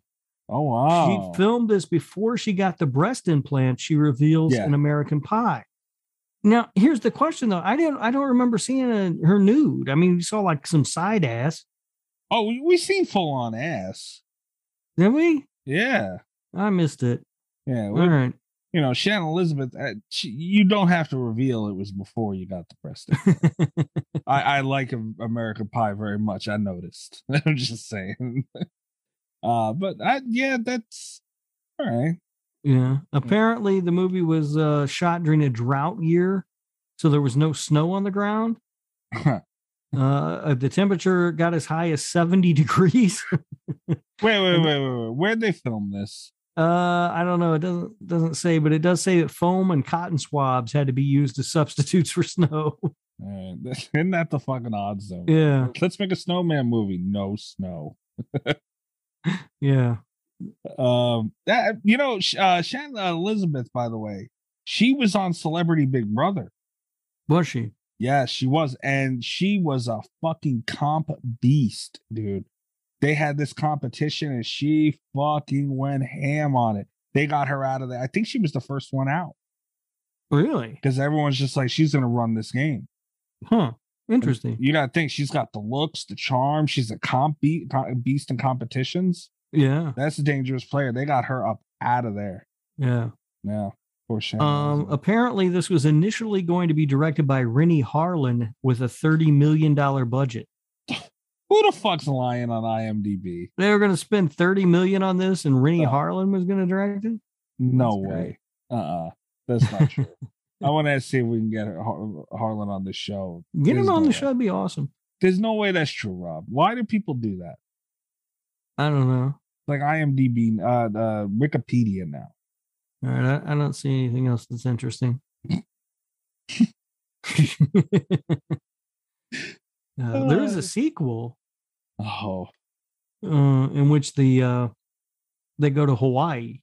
D: oh wow
E: She filmed this before she got the breast implant she reveals
D: Yeah.
E: in American Pie. Now here's the question though. I didn't I don't remember seeing uh her nude. I mean, we saw like some side ass,
D: oh we, we seen full on ass
E: did we?
D: yeah
E: I missed it.
D: yeah
E: All
D: we-
E: right.
D: you know shannon elizabeth uh, she, you don't have to reveal it was before you got the breast implant. I, I like Am- American Pie very much. I noticed. I'm just saying. Uh, but I yeah, that's all right. Hmm.
E: Yeah. Apparently, the movie was uh, shot during a drought year, so there was no snow on the ground. Uh, the temperature got as high as 70 degrees. uh,
D: wait, wait, wait, wait, wait. Where'd they film this?
E: Uh, I don't know. It doesn't doesn't say, but it does say that foam and cotton swabs had to be used as substitutes for snow.
D: All right. Uh, Isn't that the fucking odd zone?
E: yeah.
D: Let's make a snowman movie. No snow.
E: Yeah.
D: Um, that you know, Sh- uh, Shannon Elizabeth, by the way, she was on Celebrity Big Brother.
E: Was she?
D: Yes, she was. And she was a fucking comp beast, dude. They had this competition and she fucking went ham on it. They got her out of there. I think she was the first one out
E: Really?
D: because everyone's just like, she's going to run this game.
E: Huh. Interesting.
D: You got to think she's got the looks, the charm. She's a comp be- co- beast in competitions.
E: Yeah.
D: That's a dangerous player. They got her up out of there.
E: Yeah.
D: Yeah. Poor Shannon.
E: Um,
D: Elizabeth.
E: apparently, this was initially going to be directed by Rennie Harlan with a $30 million budget.
D: Who the fuck's lying on IMDb?
E: they were going to spend 30 million on this and Rennie
D: Oh.
E: Harlan was going to direct it?
D: No
E: That's
D: way. Uh uh That's not true. I want to see if we can get Har- Harlan on the show.
E: Get
D: There's
E: him on
D: no
E: the
D: way.
E: show. That'd be awesome.
D: There's no way that's true, Rob. Why do people do that?
E: I don't know.
D: Like IMDb, uh, uh Wikipedia now.
E: All right. I, I don't see anything else that's interesting. Uh, there is
D: Uh.
E: a sequel
D: Oh,
E: uh, in which the uh, they go to Hawaii.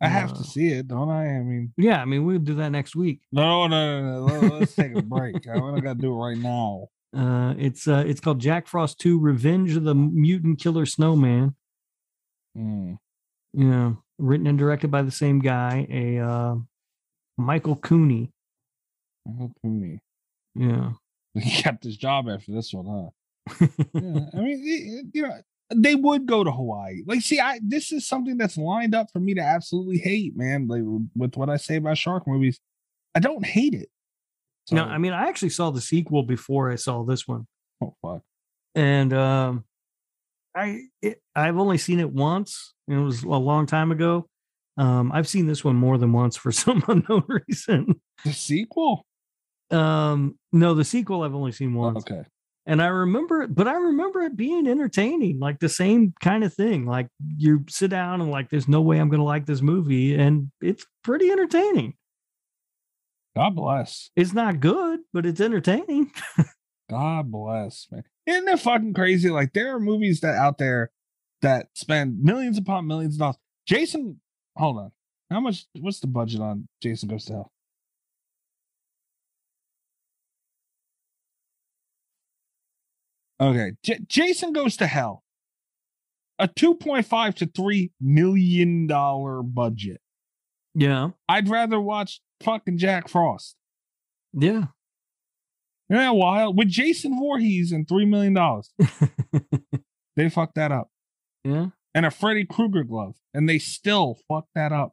D: I have
E: Wow.
D: to see it, don't I? I mean,
E: Yeah, I mean we'll do that next week.
D: no, no, no, no. no. Let's take a break. I want to do it right now.
E: Uh, it's uh, it's called Jack Frost Two: Revenge of the Mutant Killer Snowman.
D: Mm.
E: You know, written and directed by the same guy, a uh, Michael Cooney.
D: Michael Cooney.
E: Yeah,
D: He got this job after this one, huh? yeah, I mean, y- y- you know, they would go to Hawaii. Like, see, I this is something that's lined up for me to absolutely hate, man. Like with what I say about shark movies, I don't hate it. So,
E: no, I mean I actually saw the sequel before I saw this one,
D: oh fuck,
E: and um, I it, I've only seen it once, and it was a long time ago. Um, I've seen this one more than once for some unknown reason.
D: the sequel.
E: Um, no, the sequel I've only seen once.
D: Oh, Okay,
E: and I remember it, but I remember it being entertaining, like the same kind of thing. Like you sit down and like, there's no way I'm going to like this movie, and it's pretty entertaining.
D: God bless,
E: It's not good, but it's entertaining.
D: God bless, man. Isn't that fucking crazy? Like there are movies that out there that spend millions upon millions of dollars. Jason, hold on, how much? What's the budget on Jason Goes to Hell? Okay, J- Jason Goes to Hell. A two point five to three million dollar budget.
E: Yeah,
D: I'd rather watch fucking Jack Frost.
E: yeah.
D: Yeah, wild with Jason Voorhees and three million dollars. They fucked that up.
E: yeah.
D: And a Freddy Krueger glove. And they still fucked that up.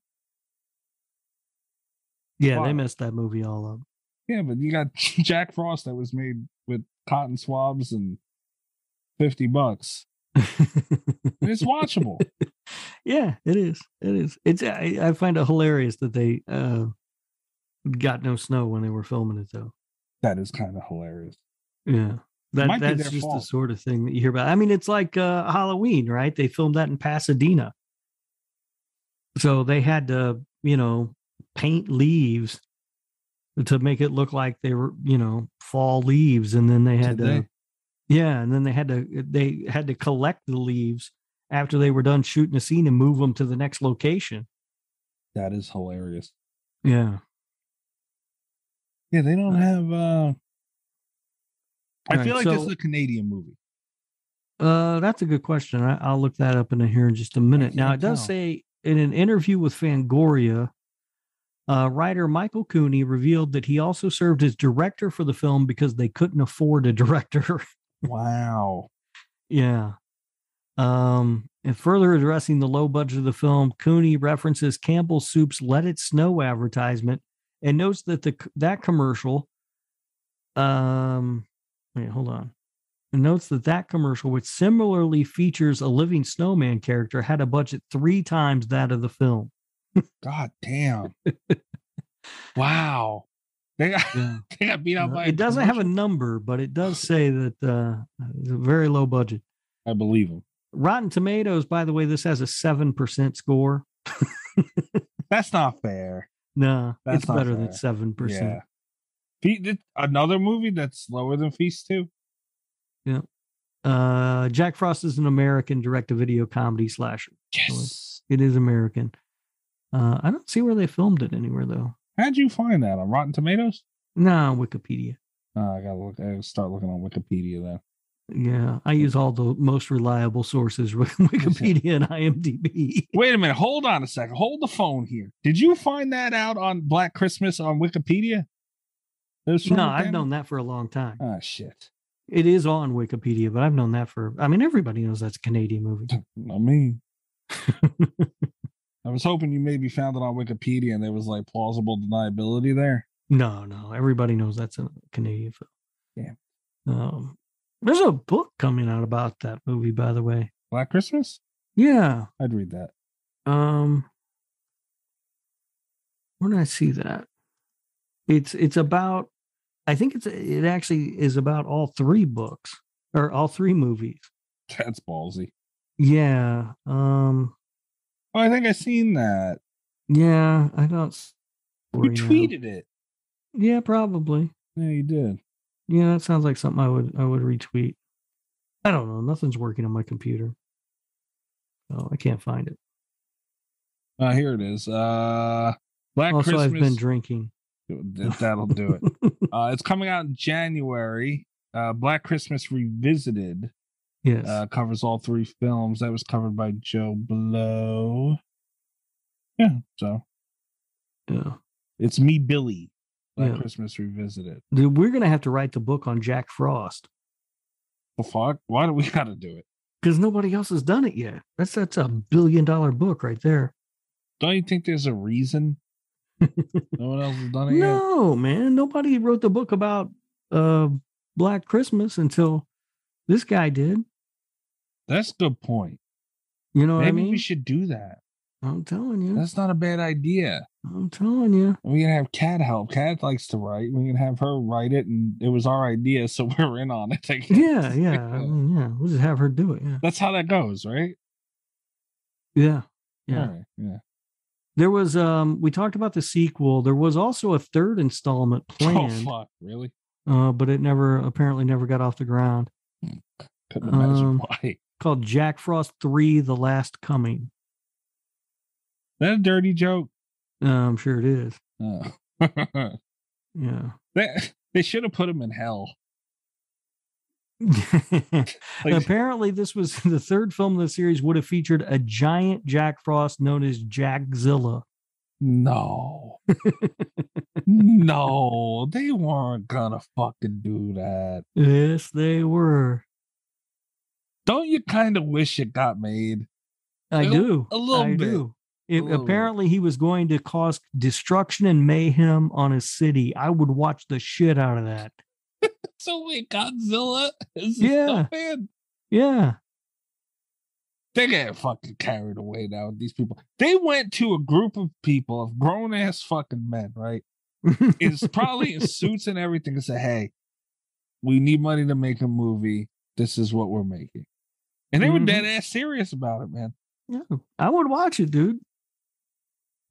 E: Yeah,
D: Wow.
E: they messed that movie all up.
D: Yeah, but you got Jack Frost that was made with cotton swabs and 50 bucks. And it's watchable.
E: yeah, it is. It is. It's. I, I find it hilarious that they uh, got no snow when they were filming it, though.
D: that is kind of hilarious.
E: Yeah. That,
D: might be
E: that's
D: their
E: just the
D: fault.
E: sort of thing that you hear about. I mean, it's like uh, Halloween, right? They filmed that in Pasadena. So they had to, you know, paint leaves to make it look like they were, you know, fall leaves. And then they had
D: Did
E: to,
D: they?
E: yeah. And then they had to, they had to collect the leaves after they were done shooting a scene and move them to the next location.
D: That is hilarious.
E: Yeah.
D: Yeah, they don't have uh I
E: Right,
D: feel like this
E: so-
D: is a Canadian movie.
E: Uh, that's a good question. I, I'll look that up in here in just a minute. Now, it
D: can't
E: does
D: tell.
E: say in an interview with Fangoria, uh, writer Michael Cooney revealed that he also served as director for the film because they couldn't afford a director.
D: Wow.
E: yeah. Um, and further addressing the low budget of the film, Cooney references Campbell Soup's "Let It Snow" advertisement and notes that the c- that commercial. Um, wait, hold on. And notes that that commercial, which similarly features a living snowman character, had a budget three times that of the film.
D: God damn. wow. They got,
E: Yeah.
D: they got beat out by
E: it doesn't have a number, but it does say that uh, it's a very low budget.
D: a I believe him.
E: Rotten Tomatoes, by the way, this has a seven percent score.
D: That's not fair.
E: No,
D: That's
E: it's
D: not
E: better than
D: fair.
E: seven percent.
D: Yeah. Fe- th- another movie that's lower than Feast 2?
E: Uh, Jack Frost is an American direct-to-video comedy slasher.
D: Yes.
E: It is American. Uh, I don't see where they filmed it anywhere though.
D: How'd you find that on Rotten Tomatoes?
E: No, Wikipedia.
D: Oh, I gotta look. I gotta start looking on Wikipedia then.
E: Yeah, I use all the most reliable sources, Wik- Wikipedia and IMDb.
D: Wait a minute. Hold on a second. Hold the phone here. Did you find that out on Black Christmas on Wikipedia? There's
E: No, I've known that for a long time.
D: Oh shit.
E: It is on Wikipedia, but I've known that for. I mean, everybody knows that's a Canadian movie.
D: I mean, I was hoping you maybe found it on Wikipedia and there was like plausible deniability there.
E: No, no, everybody knows that's a Canadian film. Yeah. Um, there's a book coming out about that movie, by the way.
D: Black Christmas?
E: Yeah.
D: I'd read that.
E: Um. Where did I see that? It's it's about. I think it's it actually is about all three books or all three movies.
D: That's ballsy.
E: Yeah. Um.
D: Oh, I think I seen that.
E: Yeah. I don't. s-
D: You
E: worry now.
D: tweeted it.
E: Yeah, probably.
D: Yeah, you did.
E: Yeah, that sounds like something I would I would retweet. I don't know. Nothing's working on my computer. Oh, I can't find it.
D: Oh, here it is. Uh, Black
E: also,
D: Christmas.
E: I've been drinking.
D: Th- That'll do it. Uh, it's coming out in January. Uh, Black Christmas Revisited
E: yes.
D: uh, covers all three films. That was covered by Joe Blow. Yeah, so
E: yeah.
D: it's me, Billy. Black
E: Yeah.
D: Christmas Revisited.
E: Dude, we're gonna have to write the book on Jack Frost
D: The fuck? Why do we gotta do it?
E: because nobody else has done it yet. That's that's a billion dollar book right there.
D: Don't you think there's a reason no one else has done it yet?
E: No, man. Nobody wrote the book about uh Black Christmas until this guy did.
D: That's a good point.
E: You know what
D: Maybe
E: I mean? Hmm?
D: we should do that.
E: I'm telling you.
D: That's not a bad idea.
E: I'm telling you.
D: We can have Kat help. Kat likes to write. We can have her write it, and it was our idea, so we're in on it. I guess.
E: Yeah, yeah. I mean, yeah. We'll just have her do it. Yeah.
D: That's how that goes, right?
E: Yeah. Yeah.
D: Alright, yeah. Oh,
E: There was um we talked about the sequel. There was also a third installment planned,
D: Oh fuck, really?
E: uh, but it never apparently never got off the ground.
D: Couldn't imagine
E: Um,
D: why.
E: Called Jack Frost 3 The Last Coming.
D: That a dirty joke?
E: Uh, I'm sure it is.
D: Oh.
E: Yeah.
D: they they should have put him in hell. Like,
E: Apparently, this was the third film of the series would have featured a giant Jack Frost known as Jackzilla.
D: no, no, they weren't gonna fucking do that.
E: Yes, they were.
D: Don't you kind of wish it got made?
E: I
D: A li-
E: do.
D: a little
E: I
D: bit.
E: do.
D: A
E: It,
D: little bit.
E: apparently, he was going to cause destruction and mayhem on a city. I would watch the shit out of that.
D: So wait, Godzilla is
E: Yeah.
D: yeah. man.
E: Yeah.
D: They get fucking carried away now with these people. They went to a group of people of grown ass fucking men, right? is probably in suits and everything and say, hey, we need money to make a movie. This is what we're making. And they were
E: Mhm.
D: dead ass serious about it, man.
E: Yeah. I would watch it, dude.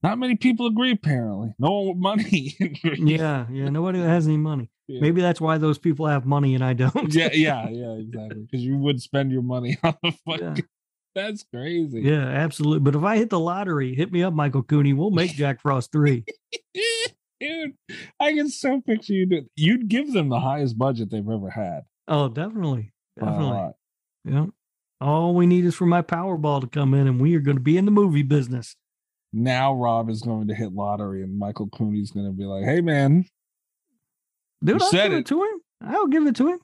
D: Not many people agree, apparently. No one with money. agrees.
E: Yeah. Yeah. Nobody that has any money.
D: Yeah.
E: Maybe that's why those people have money and I don't.
D: yeah, yeah, yeah, exactly. Because you would spend your money on the fucking. That's crazy.
E: Yeah, absolutely. But if I hit the lottery, hit me up, Michael Cooney. We'll make Jack Frost three.
D: Dude, I can so picture you doing. You'd give them the highest budget they've ever had.
E: Oh, definitely,
D: by a
E: definitely.
D: lot.
E: Yeah. All we need is for my Powerball to come in, and we are going to be in the movie business.
D: Now Rob is going to hit lottery, and Michael Cooney's going to be like, "Hey, man,
E: Dude,
D: You
E: I'll
D: said
E: give it.
D: it.
E: to him. I'll give it to him.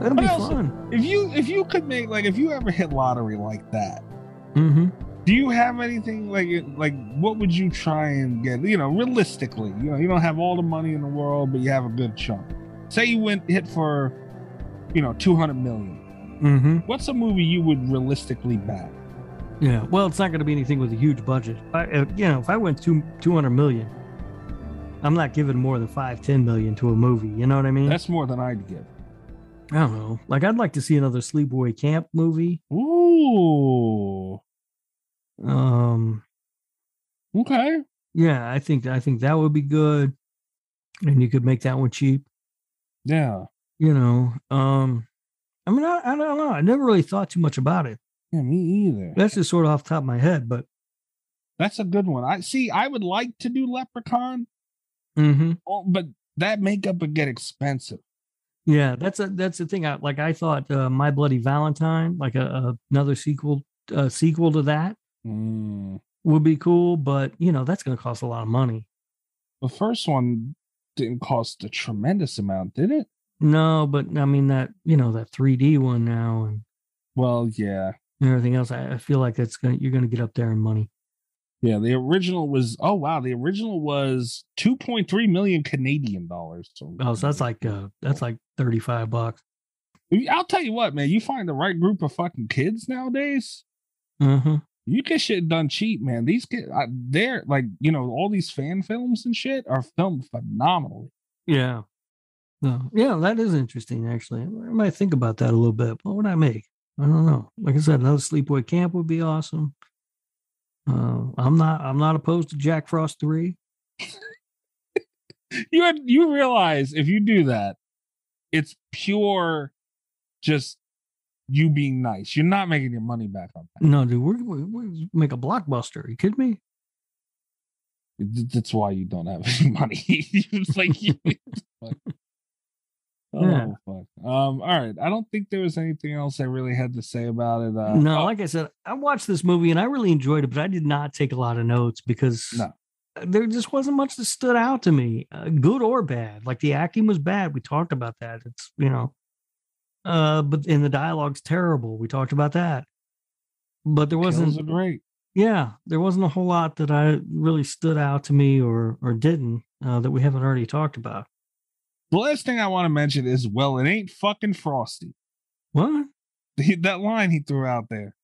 E: That'd be
D: What else-
E: fun.
D: If you if you could make like if you ever hit lottery like that,
E: Mm-hmm.
D: do you have anything like like what would you try and get? You know, realistically, you know, you don't have all the money in the world, but you have a good chunk. Say you went hit for, you know, two hundred million.
E: Mm-hmm.
D: What's a movie you would realistically bet?
E: Yeah. Well, it's not going to be anything with a huge budget. I, uh, you know, if I went two two hundred million, I'm not giving more than five ten million to a movie. You know what I mean?
D: That's more than I'd give.
E: I don't know. Like, I'd like to see another Sleepaway Camp movie.
D: Ooh,
E: Um,
D: okay.
E: yeah, I think I think that would be good, and you could make that one cheap.
D: Yeah,
E: You know, um, I mean, I, I don't know. I never really thought too much about it.
D: yeah, me either.
E: That's just sort of off the top of my head, but
D: That's a good one. I see. I would like to do Leprechaun,
E: mm-hmm.
D: oh, but that makeup would get expensive.
E: yeah, that's a that's the thing. I like. I thought uh, My Bloody Valentine, like a, a another sequel uh, sequel to that,
D: Mm.
E: would be cool, but you know, that's going to cost a lot of money.
D: The first one didn't cost a tremendous amount, did it?
E: No, but I mean that you know that 3D one now and.
D: Well, yeah.
E: and everything else, I I feel like that's gonna you're gonna get up there in money.
D: Yeah, the original was oh wow, the original was 2.3 million Canadian dollars. So
E: Oh, so that's like uh, that's like thirty-five bucks.
D: I'll tell you what, man, you find the right group of fucking kids nowadays,
E: Mm-hmm.
D: you get shit done cheap, man. These kids, I, they're like, you know, all these fan films and shit are filmed phenomenally.
E: Yeah. No. Yeah, that is interesting. Actually, I might think about that a little bit. What would I make? I don't know. Like I said, another sleepaway camp would be awesome. Uh, I'm not. I'm not opposed to Jack Frost three.
D: You had, you realize if you do that, it's pure, just you being nice. You're not making your money back on that.
E: No, dude, we're, we we make a blockbuster. you kidding me?
D: Th- That's why you don't have any money. it's like, you, fuck. oh
E: Yeah.
D: fuck. Um, all right. I don't think there was anything else I really had to say about it. Uh,
E: no,
D: oh,
E: like I said, I watched this movie and I really enjoyed it, but I did not take a lot of notes because
D: No.
E: there just wasn't much that stood out to me, uh, good or bad. Like the acting was bad. We talked about that. It's, you know, uh, but and the dialogue's terrible. We talked about that. But there
D: kills
E: wasn't
D: are great.
E: yeah, there wasn't a whole lot that I really stood out to me or or didn't uh, that we haven't already talked about.
D: The last thing I want to mention is, well, it ain't fucking frosty.
E: What?
D: He- that line he threw out there.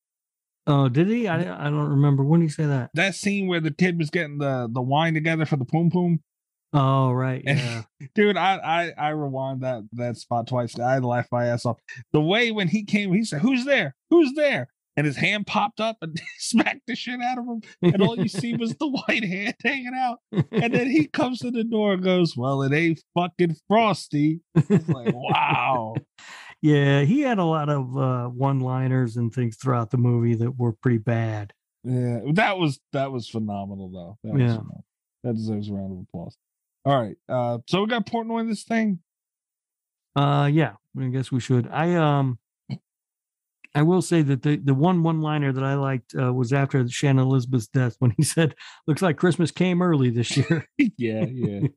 E: Oh, did he? I, I don't remember. When did he say that?
D: That scene where the kid was getting the the wine together for the poom poom.
E: Oh, right.
D: And-
E: Yeah.
D: Dude, I I I rewound that that spot twice. I laughed my ass off. The way when he came, he said, "Who's there? Who's there?" And his hand popped up and smacked the shit out of him, and all you see was the white hand hanging out. And then he comes to the door and goes, "Well, it ain't fucking frosty." It's like, wow.
E: Yeah, he had a lot of uh, one-liners and things throughout the movie that were pretty bad.
D: Yeah, that was that was phenomenal though. That was
E: Yeah.
D: phenomenal. that deserves a round of applause. All right, uh, so we got Portnoy in this thing.
E: Uh, yeah, I guess we should. I um, I will say that the the one one-liner that I liked uh, was after Shannon Elizabeth's death when he said, "Looks like Christmas came early this year."
D: yeah, yeah.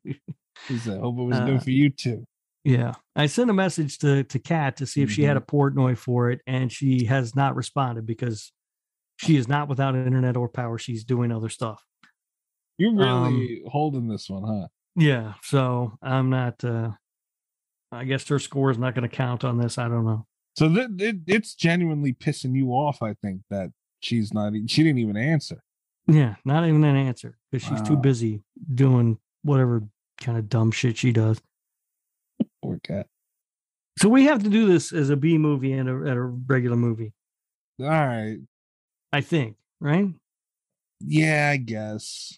D: He said, "Hope it was
E: Uh,
D: good for you too."
E: yeah, I sent a message to to Kat to see if she had a Portnoy for it, and she has not responded because she is not without internet or power. She's doing other stuff.
D: You're really
E: um,
D: holding this one, huh?
E: Yeah, so I'm not. uh I guess her score is not going to count on this. I don't know.
D: So th- it, it's genuinely pissing you off. I think that she's not. e- She didn't even answer.
E: Yeah, not even an answer because she's too
D: Wow.
E: busy doing whatever kind of dumb shit she does.
D: Poor cat.
E: So we have to do this as a B movie and a, and a regular movie,
D: All right.
E: I think, right?
D: Yeah, I guess.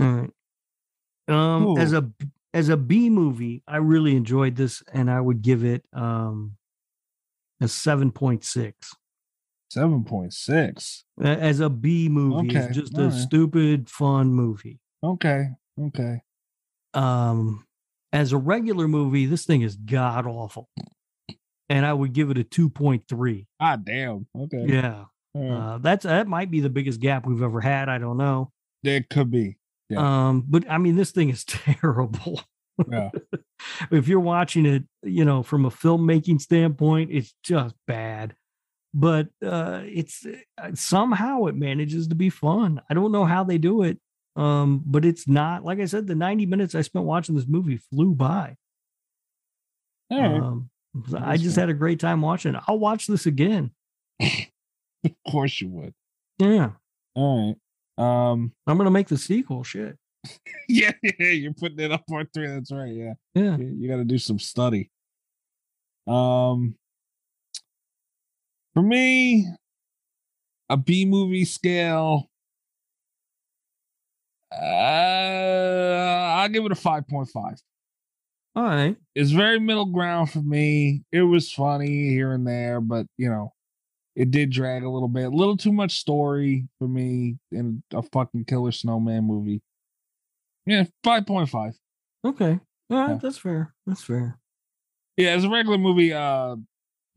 E: All right. Um, as
D: Cool.
E: a b- as a B movie, I really enjoyed this, and I would give it um a seven point six.
D: Seven point six.
E: As a B movie,
D: Okay,
E: it's just
D: all
E: a
D: right.
E: stupid fun movie.
D: Okay. Okay.
E: um as a regular movie this thing is god awful and i would give it a 2.3
D: Ah, damn. Okay.
E: yeah
D: All right.
E: uh, that's that might be the biggest gap we've ever had i don't know
D: It could be.
E: um but i mean this thing is terrible
D: Yeah.
E: if you're watching it you know from a filmmaking standpoint it's just bad but uh it's uh, somehow it manages to be fun i don't know how they do it um but it's not like i said the 90 minutes i spent watching this movie flew by
D: All right.
E: Um, so I
D: That's
E: just
D: fair.
E: had a great time watching. it. I'll watch this again.
D: of course you would.
E: Yeah,
D: All right. Um.
E: I'm gonna make the sequel. Shit.
D: Yeah, yeah. You're putting it up part three. That's right. Yeah.
E: Yeah.
D: You, got to do some study. Um, for me, a B movie scale. Uh, I'll give it a five point five.
E: All right.
D: It's very middle ground for me. It was funny here and there, but you know, it did drag a little bit. A little too much story for me in a fucking killer snowman movie. Yeah, five point five.
E: Okay. All right.
D: Yeah.
E: That's fair. That's fair.
D: Yeah, as a regular movie, uh,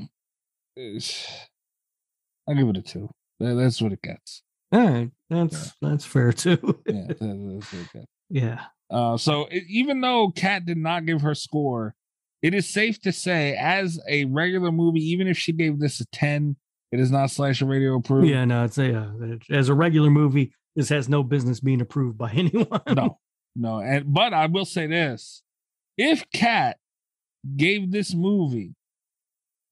D: it's- I give it a two. Tha- That's what it gets.
E: All right. That's that's fair too.
D: Yeah, tha- that's what it gets.
E: yeah.
D: Uh, so it, even though Kat did not give her score, it is safe to say, as a regular movie, even if she gave this a ten, It is not slasher radio approved.
E: Yeah, no, it's a uh, it- as a regular movie. This has no business being approved by anyone.
D: no, no. And but I will say this: if Cat gave this movie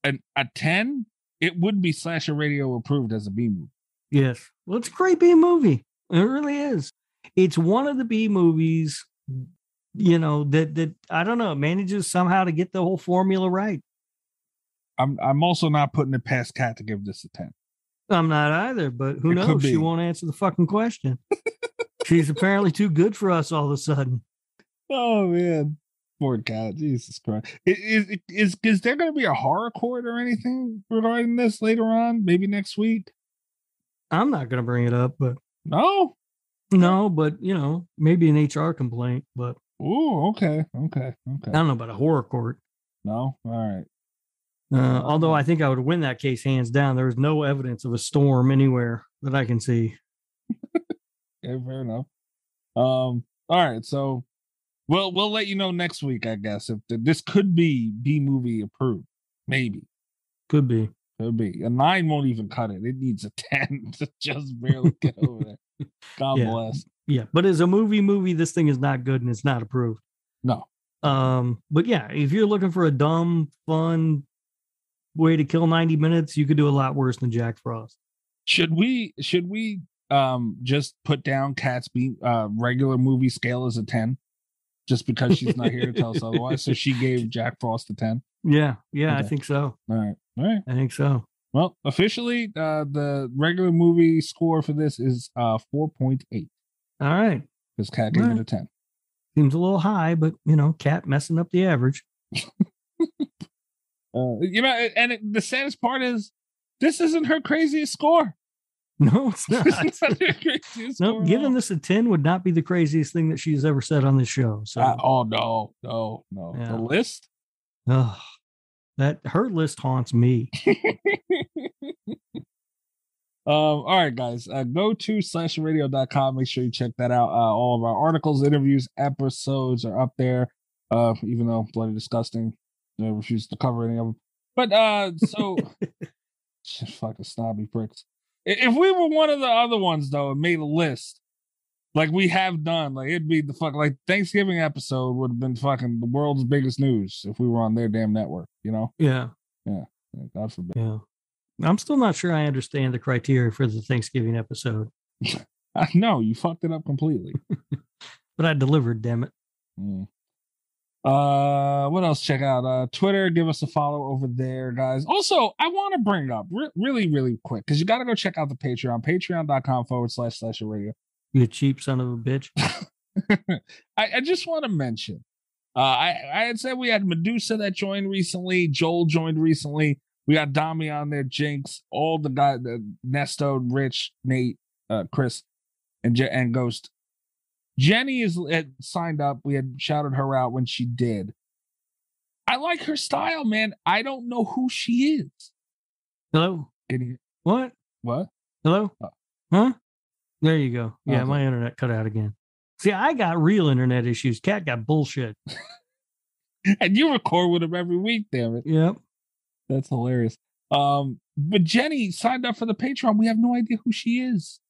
D: an a ten, it would be slasher radio approved as a B movie.
E: Yes. Well, it's a great B movie. It really is. It's one of the B movies, you know, that that I don't know, it manages somehow to get the whole formula right.
D: I'm I'm also not putting it past Cat to give this a ten.
E: I'm not either, but who
D: It could
E: knows?
D: be.
E: She won't answer the fucking question. She's apparently too good for us all of a sudden.
D: Oh man, poor Cat. Jesus Christ. I- Is is is, is there going to be a horror court or anything regarding this later on? Maybe next week.
E: I'm not gonna bring it up, but
D: No.
E: no, but you know, maybe an HR complaint, but
D: Ooh. Okay. Okay.
E: I
D: Okay.
E: don't know about a horror court.
D: No. All right.
E: Uh, although I think I would win that case hands down. There was no evidence of a storm anywhere that I can see.
D: Yeah, fair enough. Um, all right, so well, we'll let you know next week, I guess. If th- this could be B movie approved, maybe
E: Could be.
D: could be a nine won't even cut it. It needs a ten to just barely get over there. God
E: Yeah.
D: bless.
E: Yeah, but as a movie movie, this thing is not good and it's not approved.
D: No,
E: Um, but yeah, if you're looking for a dumb, fun way to kill 90 minutes, you could do a lot worse than Jack Frost.
D: should we? Should we? Um, just put down Cat's B uh regular movie scale as a ten, just because she's not here to tell us otherwise. So she gave Jack Frost a ten.
E: Yeah, yeah,
D: Okay.
E: I think so.
D: All right, all right.
E: I think so.
D: Well, officially, uh, the regular movie score for this is uh, 4.8
E: All right.
D: because Cat gave it a
E: Alright.
D: 10.
E: Seems a little high, but you know, cat messing up the average.
D: Uh, you know, and it, the saddest part is this isn't her craziest score.
E: No, it's not.
D: It's not her craziest
E: no,
D: score at
E: giving
D: all.
E: this a 10 would not be the craziest thing that she's ever said on this show. So
D: Uh, oh, no, no, no.
E: Yeah.
D: The list?
E: ugh, that her list haunts me.
D: Um, all right, guys, uh, go to slashradio.com. Make sure you check that out. Uh, all of our articles, interviews, episodes are up there. Uh, even though bloody disgusting, I refuse to cover any of them. But uh, so Shit, fucking snobby pricks. I- If we were one of the other ones though, and made a list, like we have done, like it'd be the fuck like Thanksgiving episode would have been fucking the world's biggest news if we were on their damn network. You know,
E: Yeah.
D: God forbid.
E: Yeah. I'm still not sure I understand the criteria for the Thanksgiving episode,
D: I know you fucked it up completely.
E: but I delivered, damn it.
D: Mm. Uh, what else? Check out uh Twitter. Give us a follow over there, guys. Also, I want to bring up re- really, really quick because you got to go check out the Patreon, patreon.com forward slash slash radio.
E: You cheap son of a bitch.
D: I, I just want to mention, uh, I, I had said we had Medusa that joined recently, Joel joined recently. We got Dami on there, Jinx, all the guy, the Nesto, Rich, Nate, uh, Chris, and Je- and Ghost. Jenny is had signed up. We had shouted her out when she did. I like her style, man. I don't know who she is.
E: Hello?
D: Can you-
E: What?
D: what?
E: Hello?
D: Oh.
E: Huh? There you go. Yeah,
D: Okay.
E: my internet cut out again. See, I got real internet issues. Cat got bullshit.
D: And you record with him every week, damn it.
E: Yep.
D: That's hilarious. Um, but Jenny signed up for the Patreon. We have no idea who she is.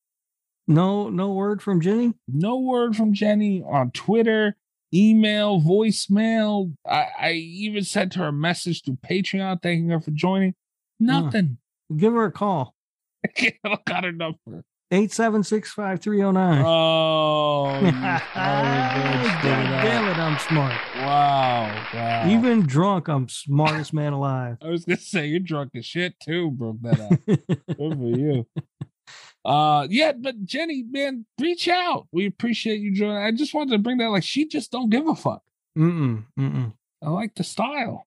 E: No, no word from Jenny.
D: No word from Jenny on Twitter, email, voicemail. I, I even sent her a message through Patreon thanking her for joining. Nothing.
E: Give her a call.
D: I can't look at her number.
E: 876 5309.
D: Oh, you
E: God
D: son of a bitch, look at
E: damn
D: that.
E: it, I'm smart.
D: wow, wow.
E: Even drunk, I'm smartest man alive.
D: I was gonna say you're drunk as shit too, uh, broke that out. Good for you. Uh yeah, but Jenny, man, reach out. We appreciate you joining. I just wanted to bring that like she just don't give a fuck.
E: mm-mm, mm-mm.
D: I like the style.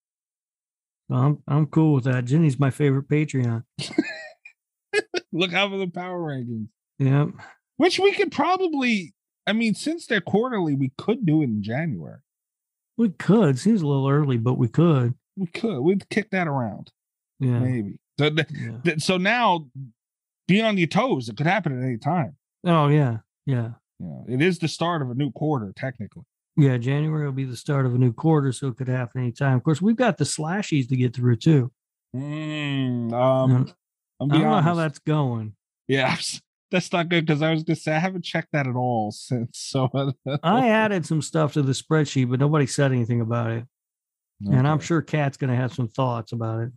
E: I'm, I'm cool with that. Jenny's my favorite Patreon.
D: Look out for the power rankings.
E: Yep.
D: Which we could probably I mean, since they're quarterly, we could do it in January.
E: We could. Seems a little early, but we could.
D: We could. We'd kick that around.
E: Yeah.
D: Maybe. So, th-
E: yeah.
D: th- so now be on your toes. It could happen at any time.
E: Oh, yeah. Yeah.
D: You know, it is the start of a new quarter, technically.
E: Yeah. January will be the start of a new quarter, so it could happen anytime. Of course, we've got the slashies to get through, too.
D: Mm, um,
E: Yeah.
D: I'm
E: I don't
D: being
E: know how
D: honest.
E: that's going.
D: Yeah, that's not good because I was gonna say I haven't checked that at all since. So
E: I added some stuff to the spreadsheet, but nobody said anything about it. And I'm
D: Okay.
E: sure Kat's going to have some thoughts about it.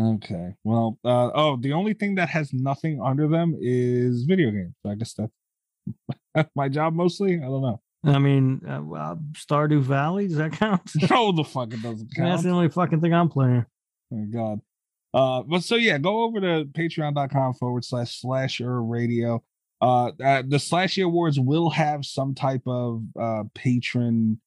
D: Okay. Well, uh, oh, the only thing that has nothing under them is video games. I guess that's my job mostly. I don't know.
E: I mean, uh, well, Stardew Valley, does that count?
D: No, Oh, the fuck it doesn't
E: That's
D: count.
E: the
D: Oh
E: only fucking thing I'm playing.
D: my Oh, God. Uh, but so yeah, go over to patreon.com forward slash slasher radio. Uh, uh, the slashy awards will have some type of uh patron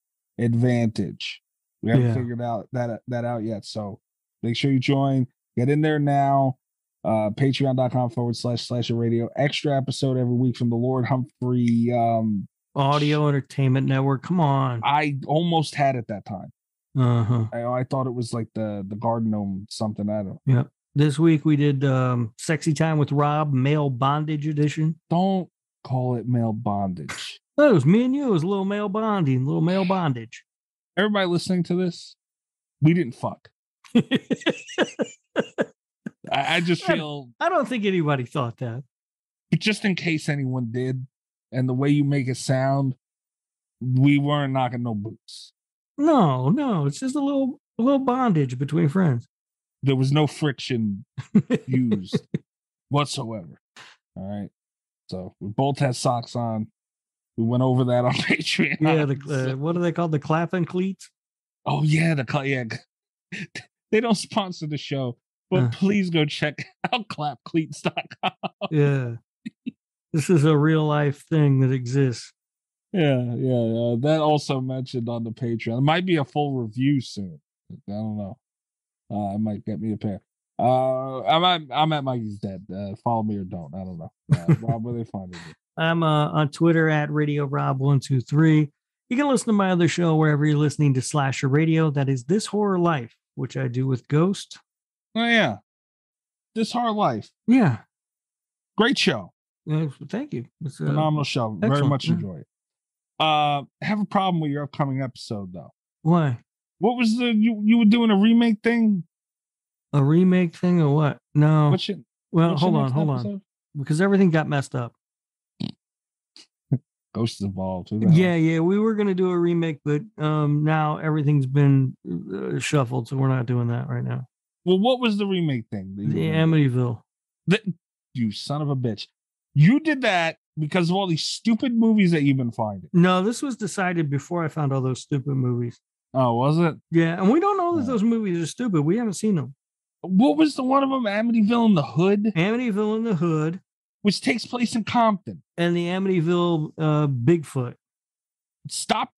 D: advantage. We haven't
E: Yeah.
D: figured out that that out yet. So make sure you join. Get in there now. Uh, patreon.com forward slash slasher radio. Extra episode every week from the Lord Humphrey. Um,
E: Audio Entertainment Network. Come on.
D: I almost had it that time.
E: Uh huh.
D: I, I thought it was like the the garden gnome something. I don't
E: This week we did um, Sexy Time with Rob, Male Bondage Edition.
D: don't call it male bondage.
E: Oh, it was me and you. It was a little male bonding, little male bondage.
D: Everybody listening to this, we didn't fuck. I, I just
E: Yeah.
D: feel,
E: I don't think anybody thought that.
D: but just in case anyone did, and the way you make it sound, we weren't knocking no boots.
E: No, no, it's just a little, a little bondage between friends.
D: There was no friction used whatsoever. All right. So we both had socks on. We went over that on Patreon.
E: yeah, the, uh, what are they called? The clapping cleats.
D: Oh yeah, the cl- yeah. They don't sponsor the show, but
E: Uh.
D: please go check out clapcleats.com.
E: Yeah, this is a real life thing that exists.
D: Yeah, yeah, yeah. That also mentioned on the Patreon. It might be a full review soon. I don't know. Uh, I might get me a pair. Uh, I'm at, I'm at Mikey's Dead. Uh, follow me or don't. I don't know. Uh, Rob, where they find you?
E: I'm uh, on Twitter at Radio Rob One Two Three. You can listen to my other show wherever you're listening to Slasher Radio. That is This Horror Life, which I do with Ghost.
D: Oh yeah, this hard life.
E: Yeah,
D: Great show.
E: uh, thank you. It's, uh,
D: Phenomenal show. Very
E: excellent,
D: much
E: yeah.
D: enjoy it. Uh, have a problem with your upcoming episode though.
E: Why
D: What was the you you were doing a remake thing?
E: a remake thing or what? Oh, No.
D: What's your
E: well,
D: what's
E: hold
D: your
E: on,
D: next
E: hold on,
D: episode?
E: because everything got messed up.
D: Ghosts involved.
E: Yeah, yeah, we were gonna do a remake, but um, now everything's been uh, shuffled, so we're not doing that right now.
D: Well, what was the remake thing? that you
E: The
D: were doing?
E: Amityville.
D: The- you son of a bitch. You did that because of all these stupid movies that you've been finding.
E: No, this was decided before I found all those stupid movies.
D: Oh, was it?
E: Yeah, and we don't know that
D: Yeah.
E: those movies are stupid. We haven't seen them.
D: What was the one of them? Amityville in the Hood,
E: Amityville in the Hood
D: which takes place in Compton.
E: and the Amityville uh, Bigfoot,
D: Stop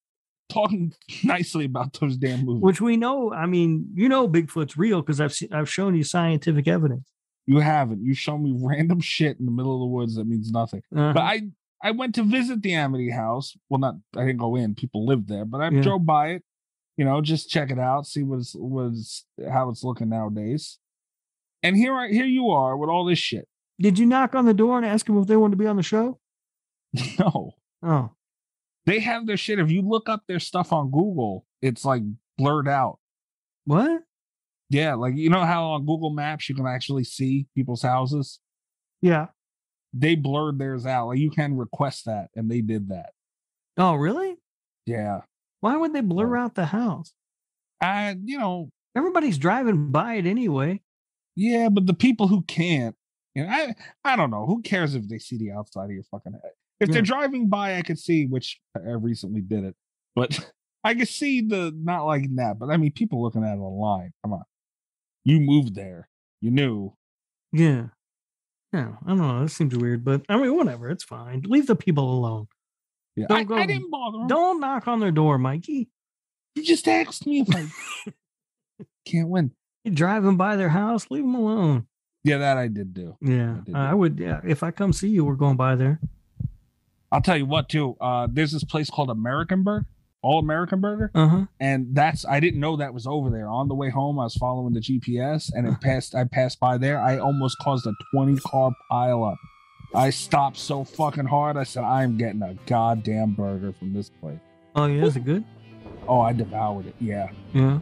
D: talking nicely about those damn movies.
E: which we know. I mean, you know, Bigfoot's real because I've se- I've shown you scientific evidence.
D: you haven't. You show me random shit in the middle of the woods that means nothing.
E: Uh,
D: But I I went to visit the Amity House. Well, not I didn't go in. People lived there, but I
E: Yeah.
D: drove by it. You know, just check it out, see what it's was how it's looking nowadays. And here I here you are with all this shit.
E: Did you knock on the door and ask them if they wanted to be on the show?
D: No,
E: Oh,
D: they have their shit. If you look up their stuff on Google, it's like blurred out.
E: what?
D: Yeah, like you know how on Google Maps you can actually see people's houses.
E: Yeah.
D: They blurred theirs out. Like you can request that, and they did that.
E: Oh, really?
D: Yeah,
E: Why would they blur out the house?
D: I you know
E: Everybody's driving by it anyway.
D: Yeah, but the people who can't, you know, I I don't know. Who cares if they see the outside of your fucking head? If
E: Yeah.
D: they're driving by, I could see, which I recently did it, but I could see the not like that. But I mean, people looking at it online. Come on, you moved there, you knew.
E: Yeah. Yeah. I don't know. That seems weird, but I mean, whatever. It's fine. Leave the people alone.
D: Yeah,
E: Don't
D: I,
E: go-
D: I didn't bother. 'em.
E: Don't knock on their door, Mikey.
D: You just asked me if I can't win.
E: You're driving by their house. Leave them alone.
D: Yeah, that I did do.
E: Yeah.
D: I did
E: I
D: that.
E: would. Yeah. If I come see you, we're going by there.
D: I'll tell you what, too. Uh, there's this place called American Burger, All American Burger.
E: Uh huh.
D: and that's I didn't know that was over there. On the way home, I was following the GPS, and it passed. I passed by there. I almost caused a twenty car pileup. I stopped so fucking hard. I said, "I'm getting a goddamn burger from this place."
E: Oh, yeah. Is it good?
D: Oh, I devoured it. Yeah,
E: Yeah.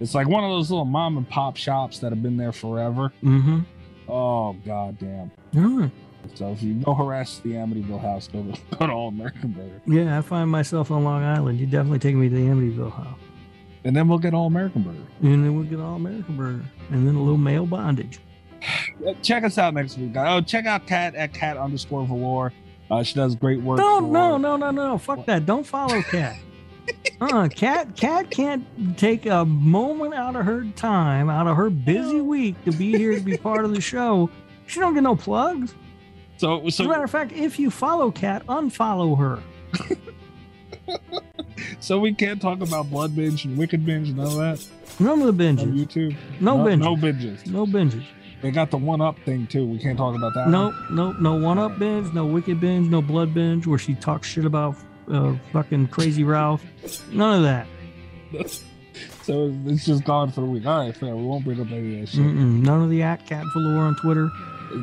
D: it's like one of those little mom and pop shops that have been there forever.
E: Mm hmm.
D: Oh goddamn!
E: Yeah.
D: So if you go harass the Amityville house, go to, go to All American Burger,
E: Yeah, I find myself on Long Island. You definitely take me to the Amityville house.
D: and then we'll get All American Burger.
E: And then we'll get all American burger. And then a little male bondage.
D: Uh, Check us out next week, guys. Oh, check out Kat at Kat underscore Valor. Uh, she does great work.
E: No,
D: for-
E: no, no, no, no. Fuck that. Don't follow Cat. Uh, cat, cat can't take a moment out of her time, out of her busy week, to be here to be part of the show. She don't get no plugs.
D: So,
E: As a matter
D: so,
E: of fact, if you follow Cat, unfollow her.
D: so we can't talk about Blood Binge and Wicked Binge and all that
E: None of the
D: on
E: binges.
D: YouTube.
E: No binges.
D: No binges.
E: No binges.
D: They got the one up thing too. We can't talk about that.
E: Nope, nope, no one up binge, no wicked binge, no blood binge where she talks shit about uh, fucking crazy Ralph. None of that.
D: one. so it's just gone for the week. All right, fair. We won't bring up any of that shit.
E: Mm-mm, none of the at Cat Valor on Twitter.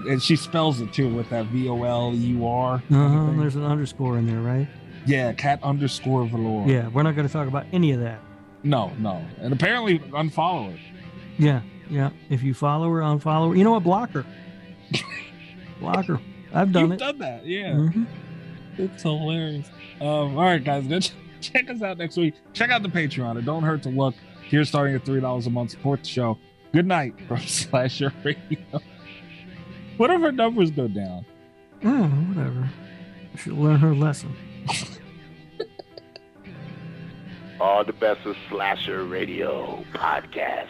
D: And she spells it too with that V O L U R.
E: Mm-hmm. Uh-huh, there's an underscore in there, right?
D: Yeah, Cat underscore Valor.
E: Yeah, we're not going to talk about any of that.
D: No, no. And apparently unfollow her.
E: Yeah, yeah. If you follow her, unfollow her. You know what? Block her. Block her. I've done
D: You've
E: it.
D: done that. Yeah.
E: Mhm.
D: It's hilarious. Um, all right, guys, go ch- check us out next week. Check out the Patreon. It don't hurt to look. Here, starting at three dollars a month, support the show. Good night from Slasher Radio. What if our numbers go down?
E: Yeah, whatever. She'll learn her lesson.
H: All the best of Slasher Radio podcast.